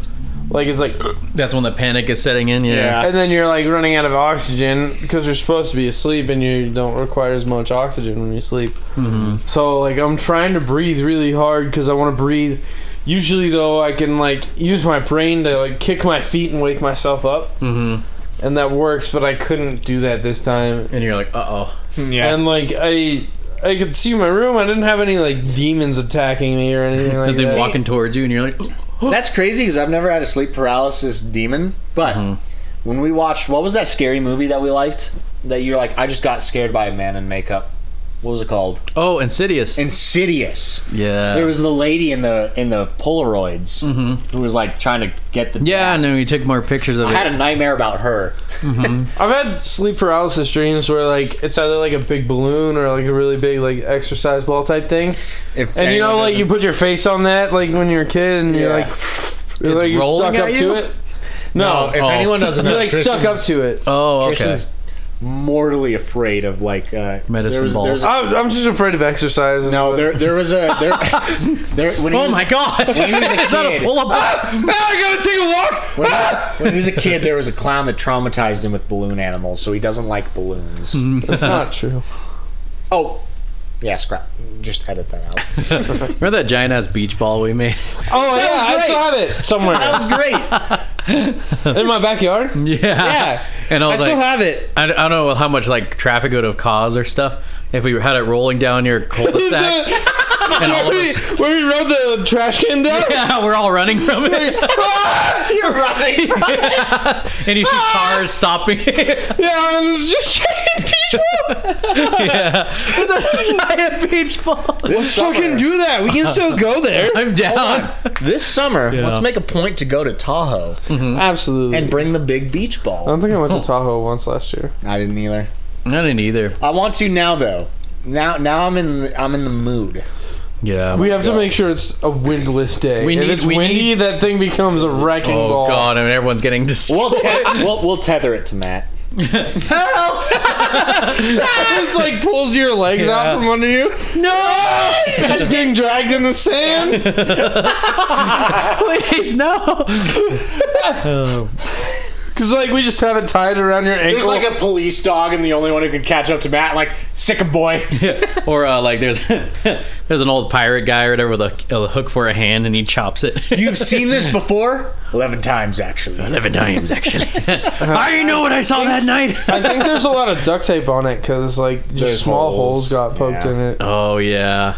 S3: like it's like.
S5: That's when the panic is setting in. Yeah.
S1: Yeah.
S3: and then you're like running out of oxygen because you're supposed to be asleep and you don't require as much oxygen when you sleep. Mm-hmm. So like I'm trying to breathe really hard because I want to breathe. Usually though, I can like use my brain to like kick my feet and wake myself up,
S5: Mm-hmm.
S3: and that works. But I couldn't do that this time,
S5: And you're like, uh oh.
S1: Yeah.
S3: and like I. I could see my room. I didn't have any like demons attacking me or anything like
S5: And they
S3: that.
S5: walking towards you, and you're like,
S1: That's crazy because I've never had a sleep paralysis demon. But
S5: Mm-hmm.
S1: when we watched, what was that scary movie that we liked? That you're like, I just got scared by a man in makeup. what was it called?
S5: Oh, Insidious.
S1: Insidious.
S5: yeah.
S1: There was the lady in the in the Polaroids who was like trying to get the
S5: Mm-hmm. yeah, and then we took more pictures of
S1: I
S5: it.
S1: had a nightmare about her.
S3: I've had sleep paralysis dreams where like it's either like a big balloon or like a really big like exercise ball type thing,
S1: If
S3: and you know
S1: anyone
S3: like you put your face on that like when you're a kid and you're
S1: Yeah.
S3: like you're like you're
S5: rolling
S3: stuck
S5: at
S3: up
S5: you?
S3: to it. No,
S7: if
S5: oh.
S7: anyone doesn't know,
S3: you're like stuck up to it.
S5: oh, okay.
S7: Tristan's
S1: mortally afraid of like uh,
S5: Medicine
S1: there was-
S5: balls.
S1: there's-
S3: I'm, I'm just afraid of exercise.
S1: no, there there was a there. there when he
S5: oh
S1: was,
S5: my god!
S1: he was a
S5: Is that a
S1: kid-
S5: pull-up?
S3: "Ah,
S5: I gotta take a walk.
S1: When, when he was a kid, there was a clown that traumatized him with balloon animals, so he doesn't like balloons.
S3: that's not true.
S1: Oh, yeah, scrap. Just edit that out.
S5: Remember that giant ass beach ball we made?
S3: Oh yeah, I still have it somewhere
S1: was great.
S3: in my backyard.
S5: Yeah.
S3: Yeah,
S5: And I
S3: I
S5: was
S3: still
S5: like,
S3: have it.
S5: I, don't- I don't know how much like traffic would have caused or stuff if we had it rolling down your cul-de-sac and all of us.
S3: Where we rode the trash can down.
S5: Yeah, we're all running from it.
S3: You're running.
S5: and you see cars stopping.
S3: Yeah, I was just trying to
S5: Giant beach ball.
S1: This
S3: fucking do that. We can still go there.
S5: I'm down.
S1: this summer,
S5: Yeah.
S1: let's make a point to go to Tahoe
S3: Absolutely.
S1: and bring the big beach
S3: I
S1: ball.
S3: don't think I went to Tahoe once last year.
S1: I didn't either.
S5: I didn't either.
S1: I want to now though. Now, now I'm in. The, I'm in the mood.
S5: Yeah.
S3: We have to make sure it's a windless day.
S5: We
S3: if
S5: need-
S3: it's
S5: we
S3: windy,
S5: need-
S3: that thing becomes a wrecking
S5: oh
S3: ball.
S5: god, I mean everyone's getting destroyed.
S1: We'll, te- we'll we'll tether it to Matt.
S3: It's like pulls your legs out from under you. No! Just getting dragged in the sand.
S5: Please no.
S3: Cause like we just have it tied around your
S1: There's
S3: ankle.
S1: like a police dog, and the only one who can catch up to Matt, like sick of boy.
S5: Or uh, like there's there's an old pirate guy or whatever with a, a hook for a hand and he chops it.
S1: You've seen this before? Eleven times actually.
S5: Eleven times actually. I know what I saw that night.
S3: I think there's a lot of duct tape on it because like just
S1: There's
S3: small
S1: holes.
S3: holes. got poked
S1: Yeah.
S3: in it.
S5: Oh yeah,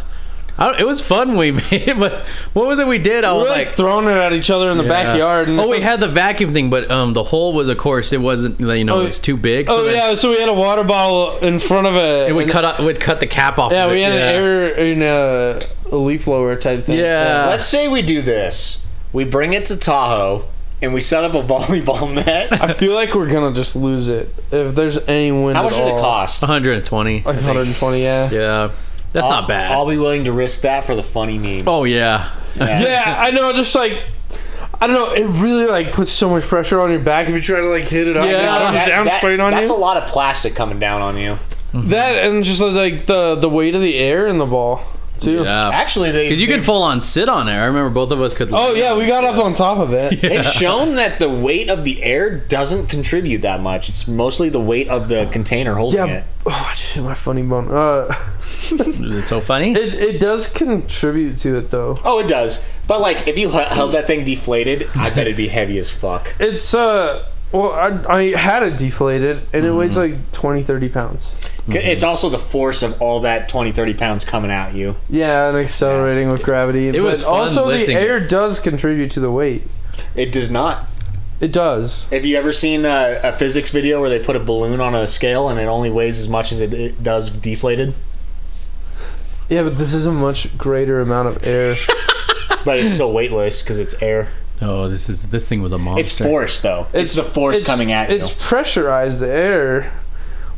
S5: I don't, it was fun we made it. But what was it we did? I was
S3: We're
S5: Oh, like.
S3: like throwing it at each other in the backyard. And
S5: oh, we had the vacuum thing, but um, the hole was, of course, it wasn't. You know,
S3: Oh,
S5: it's too big.
S3: Oh
S5: then
S3: yeah, so we had a water bottle in front of a.
S5: it would
S3: an-
S5: cut up. Would cut the cap off.
S3: Yeah,
S5: of it,
S3: we had an air in a, a leaf blower type thing.
S5: Yeah.
S1: Let's say we do this. We bring it to Tahoe, and we set up a volleyball net.
S3: I feel like we're gonna just lose it if there's any wind.
S1: How much
S3: at
S1: did it
S3: all.
S1: cost?
S5: 120.
S3: Like 120, yeah. yeah.
S5: Yeah, that's not bad.
S1: I'll be willing to risk that for the funny meme.
S5: oh yeah.
S3: I know. Just like I don't know, it really like puts so much pressure on your back if you try to like hit it up.
S5: Yeah.
S3: Yeah, it comes
S1: That-
S3: down
S1: that-
S3: straight on
S1: that's a
S3: you.
S1: lot of plastic coming down on you.
S3: that and just uh, like the the weight of the air in the ball too.
S5: Yeah.
S1: Actually, they,
S5: Because you
S1: they,
S5: can full on sit on it. I remember both of us could.
S3: Oh yeah, we got up on top of it.
S1: they've shown that the weight of the air doesn't contribute that much. It's mostly the weight of the container holding
S3: Yeah.
S1: it.
S3: Oh, shit, my funny bone. Uh,
S5: Is it so funny?
S3: it it does contribute to it though.
S1: Oh, it does. But like, if you h- held that thing deflated, I bet it'd be heavy as fuck.
S3: It's uh. Well, I, I had it deflated, and it weighs
S5: Mm.
S3: like 20, 30 pounds.
S1: It's also the force of all that 20, 30 pounds coming at you.
S3: Yeah, and accelerating with gravity. It
S5: was fun
S3: also
S5: lifting
S3: the
S5: it.
S3: air does contribute to the weight.
S1: It does not.
S3: It does.
S1: Have you ever seen a, a physics video where they put a balloon on a scale and it only weighs as much as it, it does deflated?
S3: Yeah, but this is a much greater amount of air.
S1: But it's still weightless because it's air.
S5: Oh, this is this thing was a monster.
S1: It's force, though. It's, the force coming at
S3: it's
S1: you.
S3: pressurized air.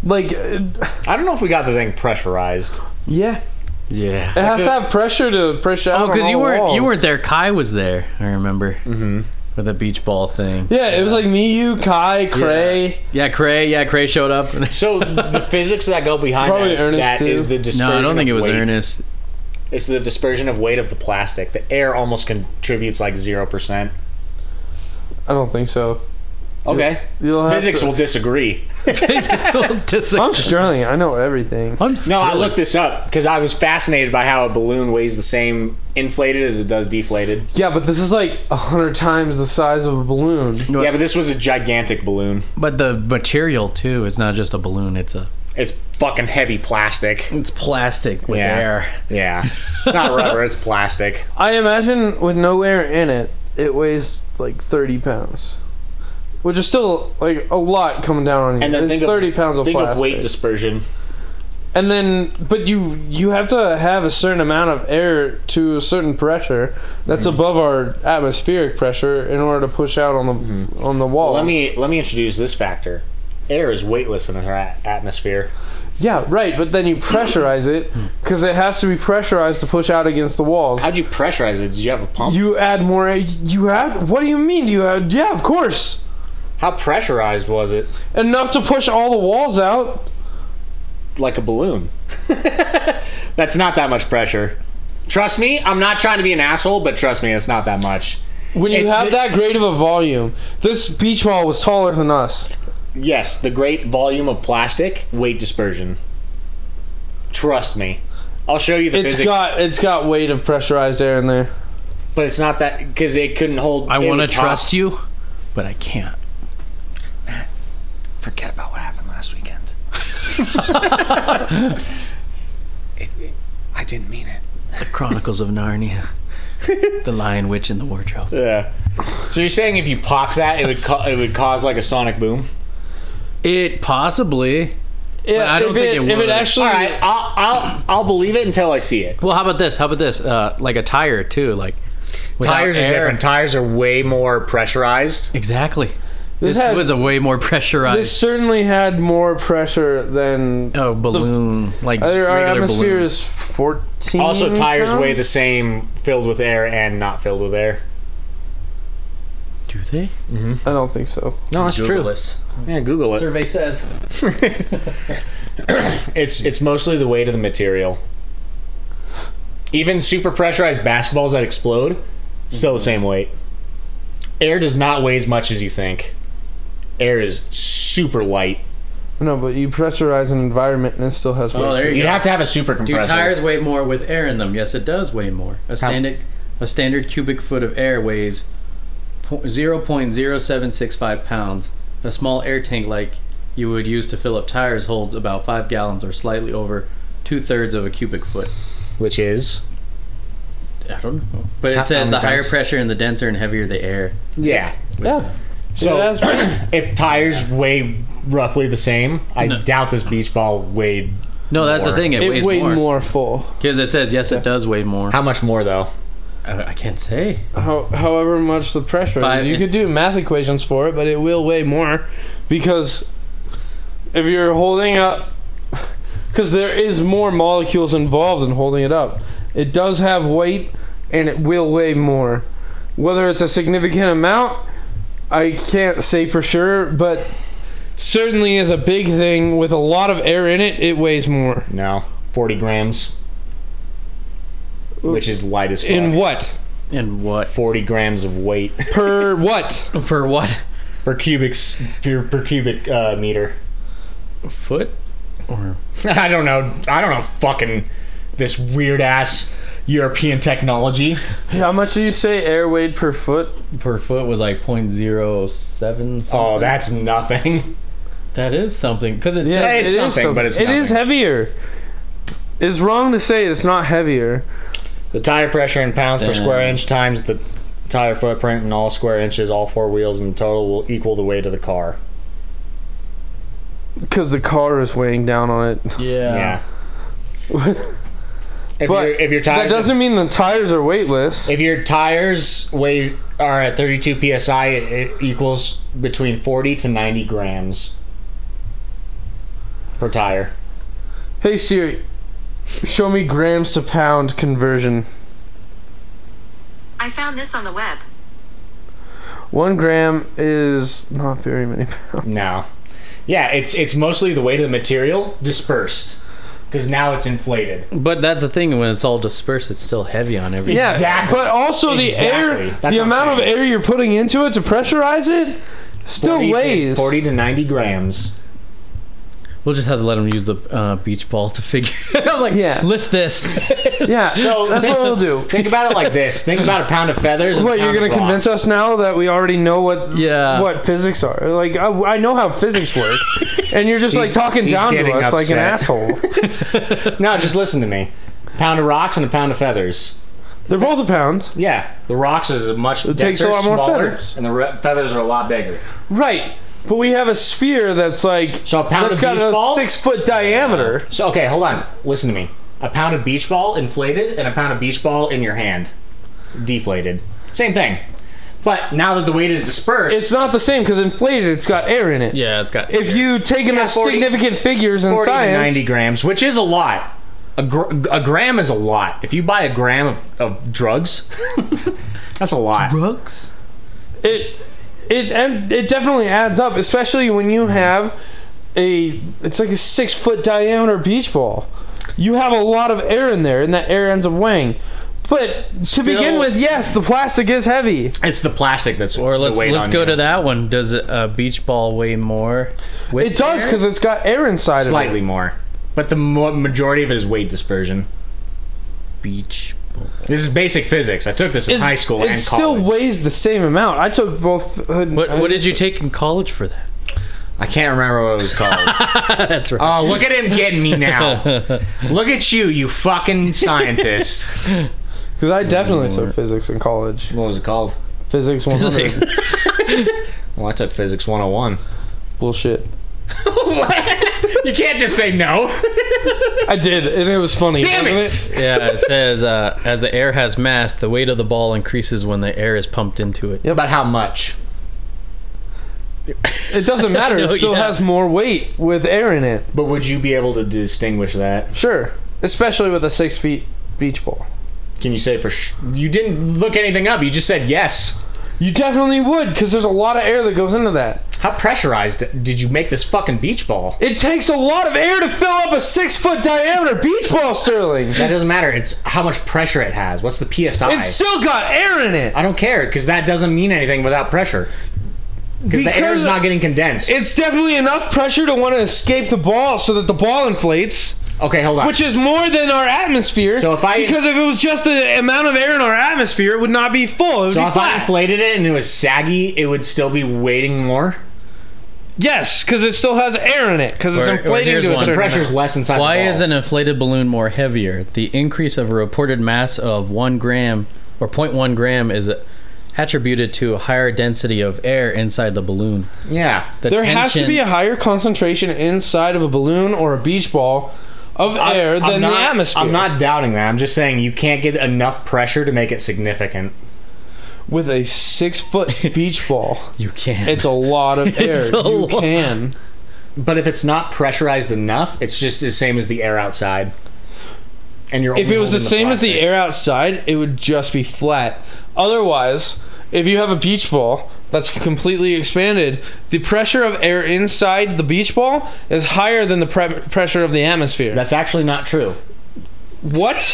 S3: Like, uh,
S1: I don't know if we got the thing pressurized.
S3: yeah,
S5: Yeah.
S3: it has to have pressure to pressure out.
S5: Oh, because
S3: on
S5: you
S3: all
S5: weren't you
S3: walls.
S5: weren't there. Kai was there. I remember. Mm-hmm. With the beach ball thing.
S3: Yeah, it was like me, you, Kai, Cray.
S5: Yeah, Cray. Yeah, Cray showed up.
S1: So the physics that go behind
S3: Probably
S1: that,
S3: Ernest,
S1: that
S3: too.
S1: is the dispersion.
S5: no, I don't think it
S1: of
S5: was
S1: weight.
S5: Ernest.
S1: It's the dispersion of weight of the plastic. The air almost contributes like zero percent.
S3: I don't think so.
S1: Okay,
S3: You'll have
S1: physics
S3: to-
S1: will disagree.
S3: I'm Sterling. I know everything.
S5: I'm
S1: No, I looked this up because I was fascinated by how a balloon weighs the same inflated as it does deflated.
S3: Yeah, but this is like a hundred times the size of a balloon.
S5: But-
S1: yeah, but this was a gigantic balloon.
S5: But the material too. It's not just a balloon. It's a
S1: It's fucking heavy plastic.
S5: it's plastic with
S1: Yeah.
S5: air.
S1: Yeah, it's not rubber; it's plastic.
S3: I imagine with no air in it, it weighs like 30 pounds, which is still like a lot coming down on you.
S1: And then
S3: it's
S1: think of-
S3: 30 pounds of
S1: Think
S3: plastic.
S1: of weight dispersion.
S3: and then but you you have to have a certain amount of air to a certain pressure that's
S1: Mm-hmm.
S3: above our atmospheric pressure in order to push out on the on the wall.
S1: Mm-hmm. Let me let me introduce this factor. Air is weightless in our a- atmosphere.
S3: Yeah, right. But then you pressurize it
S1: Mm-hmm.
S3: because it has to be pressurized to push out against the walls.
S1: How'd you pressurize it? Did you have a pump?
S3: You add more. air- You add. What do you mean? You add? Yeah, of course.
S1: How pressurized was it?
S3: Enough to push all the walls out.
S1: Like a balloon. That's not that much pressure. Trust me, I'm not trying to be an asshole, but trust me, it's not that much.
S3: When you
S1: It's
S3: have
S1: the-
S3: that great of a volume, this beach ball was taller than us.
S1: Yes, the great volume of plastic, weight dispersion. Trust me. I'll show you the
S3: It's
S1: physics,
S3: got it's got weight of pressurized air in there.
S1: but it's not that because it couldn't hold.
S5: I
S1: it
S5: want to
S1: would pop.
S5: trust you, but I can't.
S1: Forget about what happened last weekend. it, it, I didn't mean it.
S5: The Chronicles of Narnia, the Lion Witch in the Wardrobe.
S1: Yeah. So you're saying if you pop that, it would ca- it would cause like a sonic boom?
S5: It possibly.
S3: Yeah,
S5: I don't
S3: if
S5: think
S3: it,
S5: it
S3: if
S5: would.
S3: it actually
S1: All right, I'll, I'll I'll believe it until I see it.
S5: Well, how about this? How about this? Uh, like a tire too. Like without
S1: Tires are
S5: air.
S1: different. Tires are way more pressurized.
S5: Exactly.
S3: this,
S5: This,
S3: had,
S5: was a way more pressurized.
S3: this certainly had more pressure than
S5: oh, balloon. like
S3: our, our
S5: regular
S3: atmosphere
S5: balloon.
S3: is fourteen.
S1: Also, tires
S3: pounds?
S1: weigh the same, filled with air and not filled with air.
S5: Do they?
S3: I don't think so.
S1: No, that's Yeah, Google it.
S5: Survey says.
S1: It's it's mostly the weight of the material. Even super pressurized basketballs that explode, still
S3: Mm-hmm.
S1: the same weight. Air does not weigh as much as you think. Air is super light.
S3: No, but you pressurize an environment and it still has weight.
S5: Oh,
S3: to
S5: there
S3: it.
S1: You'd
S5: you go.
S1: have to have a super
S5: Do
S1: compressor.
S5: tires weigh more with air in them? Yes, it does weigh more. A standard a standard cubic foot of air weighs po- 0.0765 pounds. A small air tank like you would use to fill up tires holds about five gallons or slightly over two thirds of a cubic foot.
S1: which is
S5: I don't know. But it
S1: Half
S5: says
S1: pound
S5: the higher
S1: pounds.
S5: pressure and the denser and heavier the air.
S1: yeah.
S3: Yeah.
S1: So
S3: It
S1: if tires weigh roughly the same, I
S5: No.
S1: doubt this beach ball weighed
S5: No, that's
S1: More.
S5: the thing. It,
S3: It
S5: weighs
S3: weighed
S5: more.
S3: more. full.
S5: Because it says, yes, it does weigh more.
S1: how much more though.
S5: I, I can't say.
S3: How, however much the pressure
S5: Five-
S3: is. You could do math equations for it, but it will weigh more because if you're holding up, because there is more molecules involved in holding it up. It does have weight, and it will weigh more. Whether it's a significant amount, I can't say for sure, but certainly is a big thing with a lot of air in it. It weighs more.
S1: No, forty grams, which is light as fuck.
S3: In what?
S5: And what?
S1: forty grams of weight
S3: Per what?
S5: For what?
S1: per cubic s- per, per cubic uh, meter.
S5: Foot? Or
S1: I don't know. I don't know. Fucking this weird ass European technology.
S3: How much do you say air weighed per foot?
S5: per foot was like 0.07 something.
S1: Oh, that's nothing.
S5: That is something because it's
S3: Oh. Yeah,
S1: it's
S3: it is
S1: something, but it's
S3: it is
S1: nothing.
S3: heavier. It's wrong to say it's not heavier.
S1: The tire pressure in pounds per
S5: Damn.
S1: square inch times the tire footprint in all square inches, all four wheels in total will equal the weight of the car.
S3: Because the car is weighing down on it.
S1: Yeah. if,
S3: But
S1: your, if your tires
S3: That doesn't mean the tires are weightless.
S1: If your tires weigh are at 32 psi, it, it equals between 40 to 90 grams per tire.
S3: hey Siri, show me grams to pound conversion.
S6: I found this on the web.
S3: One gram is not very many pounds.
S1: No, yeah, it's it's mostly the weight of the material dispersed because now it's inflated.
S5: But that's the thing when it's all dispersed, it's still heavy on everything.
S3: Yeah,
S1: Exactly.
S3: but also the
S1: Exactly.
S3: air,
S1: That's
S3: the
S1: what I'm
S3: amount of
S1: saying.
S3: air you're putting into it to pressurize it, still
S1: 40 to-
S3: weighs.
S1: 40 to 90 grams.
S5: We'll just have to let them use the uh, beach ball to figure. I'm like,
S3: Yeah.
S5: lift this.
S3: Yeah, that's what we'll do.
S1: Think about it like this: think about a pound of feathers. And
S3: What
S1: a
S3: you're
S1: pound
S3: gonna
S1: of
S3: convince
S1: rocks.
S3: us now that we already know what
S5: Yeah.
S3: what physics are? Like I, I know how physics work, and you're just like
S1: He's-
S3: talking
S1: he's
S3: down to
S1: getting
S3: us like an
S1: upset.
S3: asshole.
S1: No, just listen to me. Pound of rocks and a pound of feathers.
S3: They're both a pound,
S1: Yeah, the rocks is a much. It
S3: takes a lot more
S1: smaller,
S3: feathers.
S1: and the re- feathers are a lot bigger.
S3: right? But we have a sphere that's like
S7: So a pound
S3: that's
S7: of
S3: got
S7: beach
S3: a
S7: ball?
S3: six foot diameter.
S7: So okay, hold on. Listen to me. A pound of beach ball inflated and a pound of beach ball in your hand, deflated. Same thing. But now that the weight is dispersed,
S3: It's not the same because inflated, it's got air in it.
S5: Yeah, it's got.
S3: If you take enough
S7: 40
S3: significant figures in
S7: 40 to
S3: science,
S7: 90 grams, which is a lot. A, gr- a gram is a lot. If you buy a gram of, of drugs, that's a lot.
S3: Brooks. It it and it definitely adds up, especially when you have a it's like a six foot diameter beach ball. You have a lot of air in there, and that air ends up weighing. But to begin with, yes, the plastic is heavy.
S7: It's the plastic that's
S5: Or let's
S7: the weight
S5: let's
S7: on
S5: go
S7: you.
S5: to that one. Does a uh, beach ball weigh more?
S3: It does because it's got air inside of
S7: slightly more, but the mo- majority of it is weight dispersion.
S5: Beach.
S7: This is basic physics. I took this in
S3: it.
S7: high school
S3: It
S7: and
S3: still
S7: college.
S3: weighs the same amount. I took both. uh,
S5: What what did you take in college for that?
S7: I can't remember what it was called.
S5: That's right.
S7: Oh, look at him getting me now. look at you, you fucking scientist.
S3: Because I definitely took physics in college.
S7: what was it called?
S3: Physics 100.
S7: Well, I took physics 101.
S3: Bullshit.
S7: You can't just say no.
S3: I did, and it was funny.
S7: Damn
S3: wasn't
S7: it.
S5: yeah, it says uh, as the air has mass, the weight of the ball increases when the air is pumped into it.
S7: About how much?
S3: It doesn't matter. It
S5: No,
S3: still
S5: yeah.
S3: has more weight with air in it.
S7: But would you be able to distinguish that?
S3: Sure, especially with a six feet beach ball.
S7: Can you say for sh- You didn't look anything up. You just said yes.
S3: You definitely would, because there's a lot of air that goes into that.
S7: How pressurized did you make this fucking beach ball?
S3: It takes a lot of air to fill up a six foot diameter beach ball, Sterling.
S7: That doesn't matter. It's how much pressure it has. What's the psi?
S3: It's still got air in it.
S7: I don't care because that doesn't mean anything without pressure. Because the air is not getting condensed.
S3: It's definitely enough pressure to want to escape the ball so that the ball inflates,
S7: okay, hold on.
S3: which is more than our atmosphere.
S7: So if I-
S3: because if it was just the amount of air in our atmosphere, it would not be full. It would
S7: so
S3: be
S7: if I
S3: flat.
S7: inflated it and it was saggy, it would still be waiting more.
S3: yes, because it still has air in it because it's
S5: Or- or
S3: inflating
S5: here's
S3: to a
S5: one.
S3: certain amount.
S7: Pressure's less inside
S5: Why
S7: the ball.
S5: is an inflated balloon more heavier? The increase of a reported mass of one gram or 0.1 gram is attributed to a higher density of air inside the balloon.
S7: Yeah.
S5: The
S3: There has to
S5: tension-
S3: be a higher concentration inside of a balloon or a beach ball of air
S7: I'm- I'm
S3: than
S7: not-
S3: the atmosphere.
S7: I'm not doubting that. I'm just saying you can't get enough pressure to make it significant.
S3: with a six foot beach ball.
S5: you can't.
S3: It's a lot of air.
S5: It's a
S3: you
S5: lot.
S3: can.
S7: But if it's not pressurized enough, it's just the same as the air outside. And you're
S3: If
S7: only
S3: it was the
S7: holding
S3: same as the
S7: plastic.
S3: air outside, it would just be flat. Otherwise, if you have a beach ball that's completely expanded, the pressure of air inside the beach ball is higher than the pre- pressure of the atmosphere.
S7: That's actually not true.
S3: what?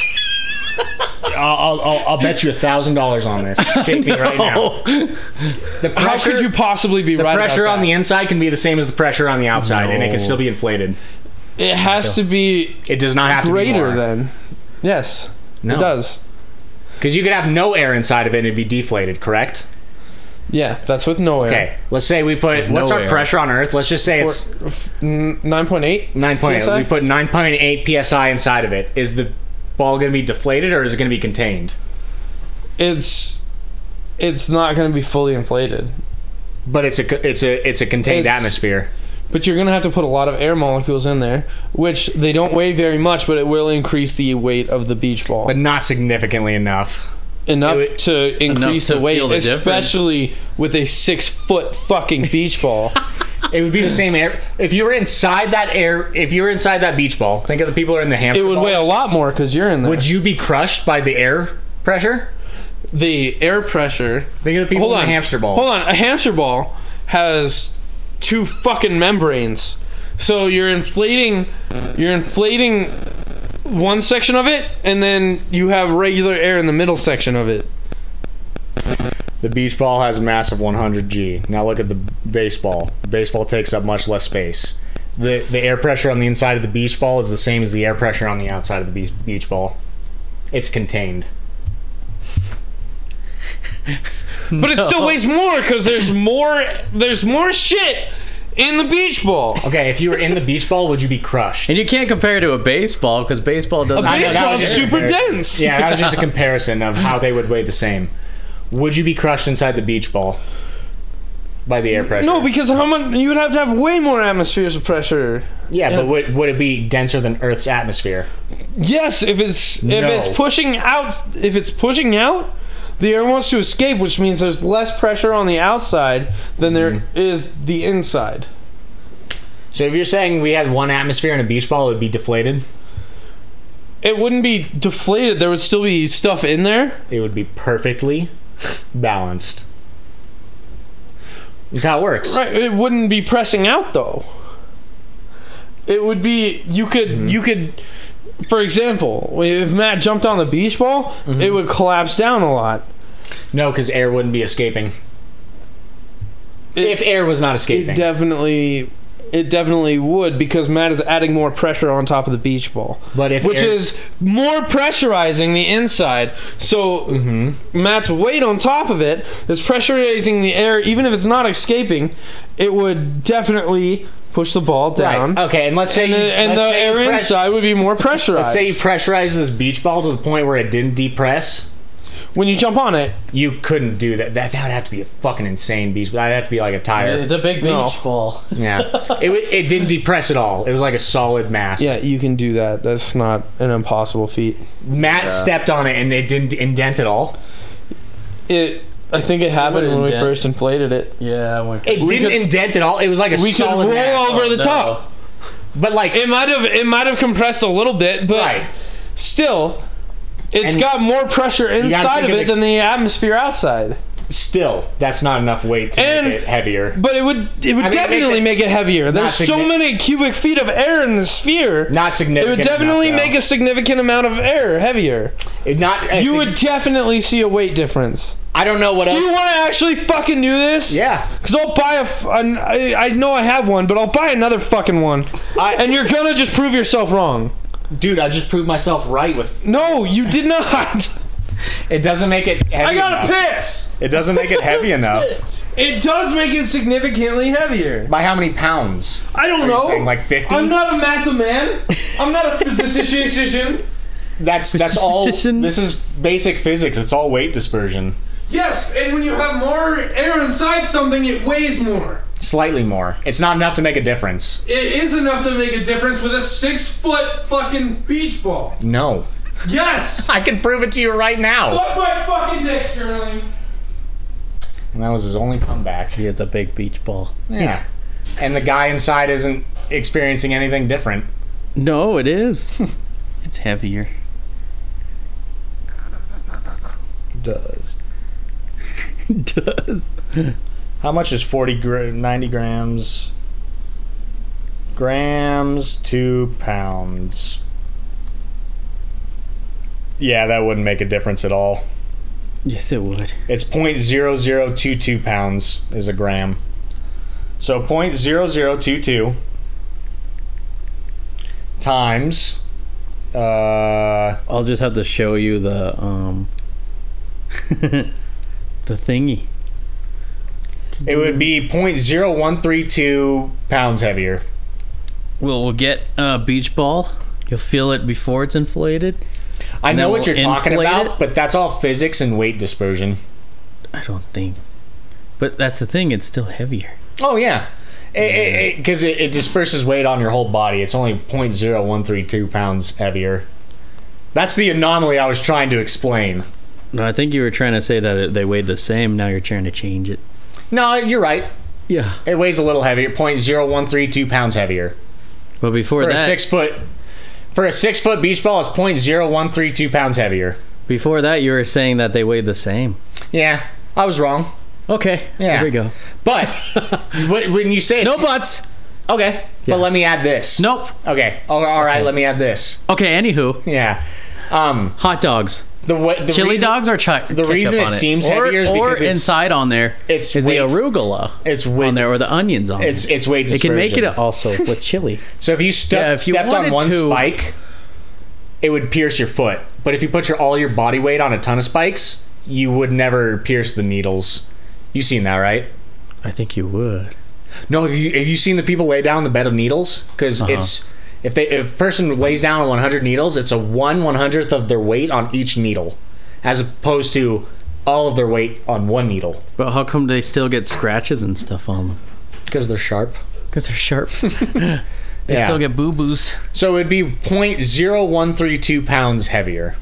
S7: I'll, I'll, I'll, I'll bet you a thousand dollars on this. Shake me right now. The pressure,
S3: How could you possibly be
S7: the
S3: right? about
S7: pressure on
S3: that?
S7: the inside can be the same as the pressure on the outside, and it can
S5: No.
S7: still be inflated.
S3: It has to be
S7: It does not have to be
S3: greater
S7: more.
S3: than. Yes,
S7: No.
S3: it does.
S7: because you could have no air inside of it and it'd be deflated. Correct?
S3: Yeah, that's with no air.
S7: Okay. Let's say we put what's
S5: no
S7: our
S5: air.
S7: pressure on Earth? Let's just say
S3: Or-
S7: it's
S3: f- n- 9.8?
S7: Nine point eight.
S3: PSI?
S7: We put nine point eight psi inside of it. Is the ball going to be deflated or is it going to be contained?
S3: It's it's not going to be fully inflated.
S7: But it's a co- it's a it's a contained
S3: It's-
S7: atmosphere.
S3: But you're going to have to put a lot of air molecules in there, which they don't weigh very much, but it will increase the weight of the beach ball.
S7: But not significantly enough.
S3: enough
S7: it-
S3: to increase
S5: to
S3: the weight,
S5: feel the difference.
S3: especially with a six foot fucking beach ball.
S7: It would be the same air if you were inside that air. If you were inside that beach ball, think of the people who are in the hamster.
S3: it would
S7: ball.
S3: weigh a lot more because you're in there.
S7: Would you be crushed by the air pressure?
S3: the air pressure
S7: Think of the people
S3: Hold on.
S7: in the hamster ball.
S3: Hold on. A hamster ball has two fucking membranes. So you're inflating you're inflating one section of it and then you have regular air in the middle section of it.
S7: The beach ball has a mass of 100 g. Now look at the baseball. The baseball takes up much less space. The the air pressure on the inside of the beach ball is the same as the air pressure on the outside of the beach, beach ball. It's contained.
S3: But it still weighs more cuz there's more there's more shit in the beach ball.
S7: Okay, if you were in the beach ball, would you be crushed?
S5: and you can't compare it to a baseball because baseball doesn't.
S7: I know, that
S3: Baseball's
S7: was just a
S3: super
S7: comparison.
S3: dense.
S7: Yeah, that was just a comparison of how they would weigh the same. Would you be crushed inside the beach ball? by the air pressure.
S3: No, because how much you would have to have way more atmospheres of pressure.
S7: yeah, but would, would it be denser than Earth's atmosphere?
S3: Yes, if it's if
S7: No.
S3: it's pushing out, if it's pushing out, the air wants to escape, which means there's less pressure on the outside than there is
S7: Mm-hmm.
S3: the inside.
S7: So if you're saying we had one atmosphere in a beach ball, it would be deflated.
S3: It wouldn't be deflated. There would still be stuff in there.
S7: It would be perfectly balanced. That's how it works.
S3: Right. It wouldn't be pressing out though. It would be you could
S7: Mm-hmm.
S3: you could for example, if Matt jumped on the beach ball, it
S7: Mm-hmm.
S3: would collapse down a lot.
S7: No, because air wouldn't be escaping.
S3: It-
S7: if air was not escaping.
S3: It definitely it definitely would because Matt is adding more pressure on top of the beach ball.
S7: But if
S3: which
S7: air-
S3: is more pressurizing the inside. So Matt's weight on top of it is pressurizing the air even if it's not escaping, it would definitely push the ball down.
S7: Right. Okay, and let's say
S3: And the,
S7: you-
S3: and the
S7: let's say you
S3: air
S7: press-
S3: inside would be more pressurized.
S7: Let's say you pressurized this beach ball to the point where it didn't depress.
S3: when you jump on it,
S7: You couldn't do that. That that would have to be a fucking insane beach. But that'd have to be like a tire.
S2: It's a big beach
S3: No.
S2: ball.
S7: yeah, it wa- it didn't depress at all. It was like a solid mass.
S3: yeah, you can do that. That's not an impossible feat.
S7: Matt stepped on it and it didn't indent at all.
S3: It, I think it happened
S2: It
S3: when we
S2: wouldn't dent.
S3: first inflated it.
S2: Yeah, I went.
S7: It
S3: We
S7: didn't
S3: could-
S7: indent at all. It was like a
S3: We could
S7: solid
S3: roll
S7: mass.
S3: over the
S2: No.
S3: top.
S7: But like
S3: It might have, it might have compressed a little bit, but
S7: right.
S3: still, it's
S7: And-
S3: got more pressure inside
S7: think
S3: of
S7: of
S3: it
S7: the-
S3: than the atmosphere outside.
S7: Still, that's not enough weight to
S3: And-
S7: make it heavier.
S3: But it would, it would
S7: I mean, it makes
S3: definitely
S7: it-
S3: make it heavier. There's so
S7: signi-
S3: many cubic feet of air in the sphere.
S7: Not
S3: it
S7: significant.
S3: would definitely
S7: enough,
S3: make a significant amount of air heavier.
S7: though. It not. a
S3: You
S7: sig-
S3: would definitely see a weight difference.
S7: I don't know what
S3: Do
S7: else.
S3: you want to actually fucking do this?
S7: yeah.
S3: Cause I'll buy a. F- an, I, I know I have one, but I'll buy another fucking one.
S7: I-
S3: and you're gonna just prove yourself wrong.
S7: Dude, I just proved myself right with.
S3: No, you did not.
S7: It doesn't make it. Heavy
S3: I
S7: enough.
S3: gotta piss.
S1: It doesn't make it heavy enough.
S3: It does make it significantly heavier.
S7: By how many pounds?
S3: I don't
S7: Are
S3: know.
S7: you saying like 50?
S3: I'm not a matheman. I'm not a physicist.
S7: that's that's all.
S5: Precision.
S7: This is basic physics. It's all weight dispersion.
S3: yes, and when you have more air inside something, it weighs more.
S7: Slightly more. It's not enough to make a difference.
S3: It is enough to make a difference with a six foot fucking beach ball.
S7: No.
S3: Yes.
S7: I can prove it to you right now.
S3: Suck my fucking dick, Sterling.
S7: And that was his only comeback.
S5: It's a big beach ball.
S7: Yeah. And the guy inside isn't experiencing anything different.
S5: No, it is. it's heavier.
S7: Does.
S5: It does.
S7: How much is 40 gra- 90 grams? Grams to pounds. Yeah, that wouldn't make a difference at all.
S5: Yes, it would.
S7: It's 0.0022 pounds is a gram. So 0.0022 times uh,
S5: I'll just have to show you the um the thingy.
S7: it would be 0.0132 pounds heavier.
S5: We'll, we'll get a beach ball. You'll feel it before it's inflated.
S7: I
S5: And
S7: know
S5: then
S7: what you're
S5: we'll
S7: talking
S5: inflate
S7: about,
S5: it?
S7: but that's all physics and weight dispersion.
S5: I don't think. But that's the thing, it's still heavier.
S7: Oh yeah. Because eh, it, it disperses weight on your whole body. It's only 0.0132 pounds heavier. That's the anomaly I was trying to explain.
S5: No, I think you were trying to say that it, they weighed the same. Now you're trying to change it.
S7: No, you're right.
S5: Yeah.
S7: It weighs a little heavier, 0.0132 pounds heavier.
S5: But before
S7: For a
S5: that,
S7: six foot for a six foot beach ball is 0.0132 pounds heavier.
S5: before that, you were saying that they weighed the same.
S7: Yeah, I was wrong.
S5: Okay.
S7: Yeah.
S5: There we go.
S7: But wh- when you say it's,
S5: No buts.
S7: okay,
S5: Yeah.
S7: but let me add this.
S5: Nope.
S7: Okay. All, all right. Let me add this.
S5: Okay. Anywho,
S7: Yeah. Um.
S5: hot dogs.
S7: The way the
S5: Chili
S7: reason,
S5: dogs are chi-
S7: the reason
S5: on
S7: it seems
S5: it. Or-
S7: heavier is
S5: or
S7: because it's-
S5: inside on there
S7: it's
S5: is
S7: weight-
S5: the arugula
S7: it's weight-
S5: on there or the onions on
S7: It's
S5: there.
S7: it's weight
S5: It
S7: dispersion.
S5: can make it also with chili.
S7: So if you, ste-
S5: Yeah, if you
S7: stepped
S5: wanted
S7: on one
S5: to-
S7: spike, it would pierce your foot. But if you put your all your body weight on a ton of spikes, you would never pierce the needles. You've seen that, right?
S5: I think you would.
S7: No, have you have you seen the people lay down the bed of needles? Because
S5: Uh-huh.
S7: it's if they if a person lays down on 100 needles, it's a one one hundredth of their weight on each needle, as opposed to all of their weight on one needle
S5: But how come they still get scratches and stuff on them?
S7: because they're sharp.
S5: Because they're sharp. they
S7: Yeah.
S5: still get boo boos.
S7: So it'd be 0.0132 pounds heavier.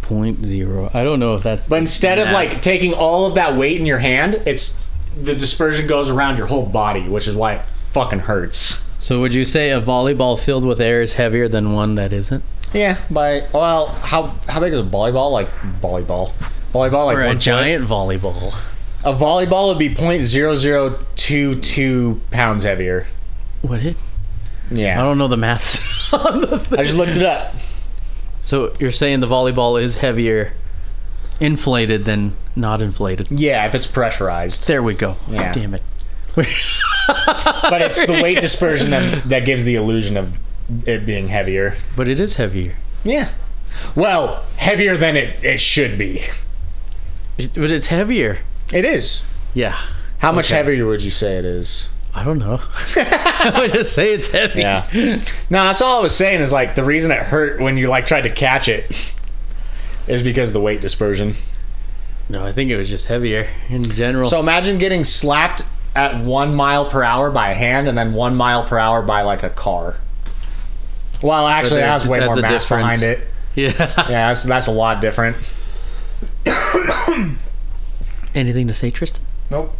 S5: Point zero. I don't know if that's.
S7: But instead of
S5: Nah.
S7: like taking all of that weight in your hand, it's the dispersion goes around your whole body, which is why it fucking hurts.
S5: So would you say a volleyball filled with air is heavier than one that isn't?
S7: Yeah, by well, how how big is a volleyball? Like volleyball, volleyball like
S5: Or a
S7: one foot?
S5: giant volleyball?
S7: A volleyball would be 0.0022 pounds heavier.
S5: Would it? I
S7: Yeah,
S5: don't know the maths. on the
S7: I,
S5: thing.
S7: just looked it up.
S5: So you're saying the volleyball is heavier inflated than not inflated.
S7: Yeah, if it's pressurized,
S5: There we go.
S7: Yeah.
S5: Damn it.
S7: but it's the weight dispersion that that gives the illusion of it being heavier.
S5: But it is heavier.
S7: Yeah. Well, heavier than it, it should be.
S5: It- But it's heavier.
S7: It is.
S5: Yeah.
S7: How much heavier would you say it is?
S5: I don't know. I would just say it's heavy.
S7: Yeah. no, that's all I was saying is like the reason it hurt when you like tried to catch it is because of the weight dispersion.
S5: No, I think it was just heavier in general.
S7: So imagine getting slapped at one mile per hour by a hand and then one mile per hour by like a car. Well, actually, that
S5: there's-
S7: has way
S5: that's
S7: more
S5: a
S7: mass
S5: difference.
S7: behind it.
S5: yeah.
S7: Yeah, that's, that's a lot different.
S5: Anything to say, Tristan?
S3: Nope.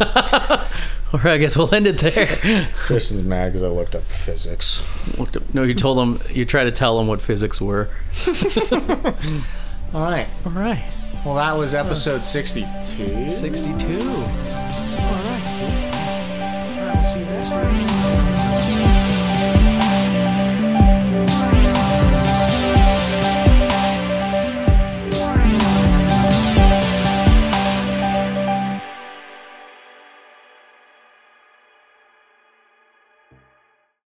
S5: All right, I guess we'll end it there.
S7: Chris is mad because I looked up physics.
S5: What the- no, you told them, you tried to tell them what physics were.
S7: All right.
S5: All right.
S7: Well, that was episode 62.
S5: 62.
S7: All right, we'll see you next time.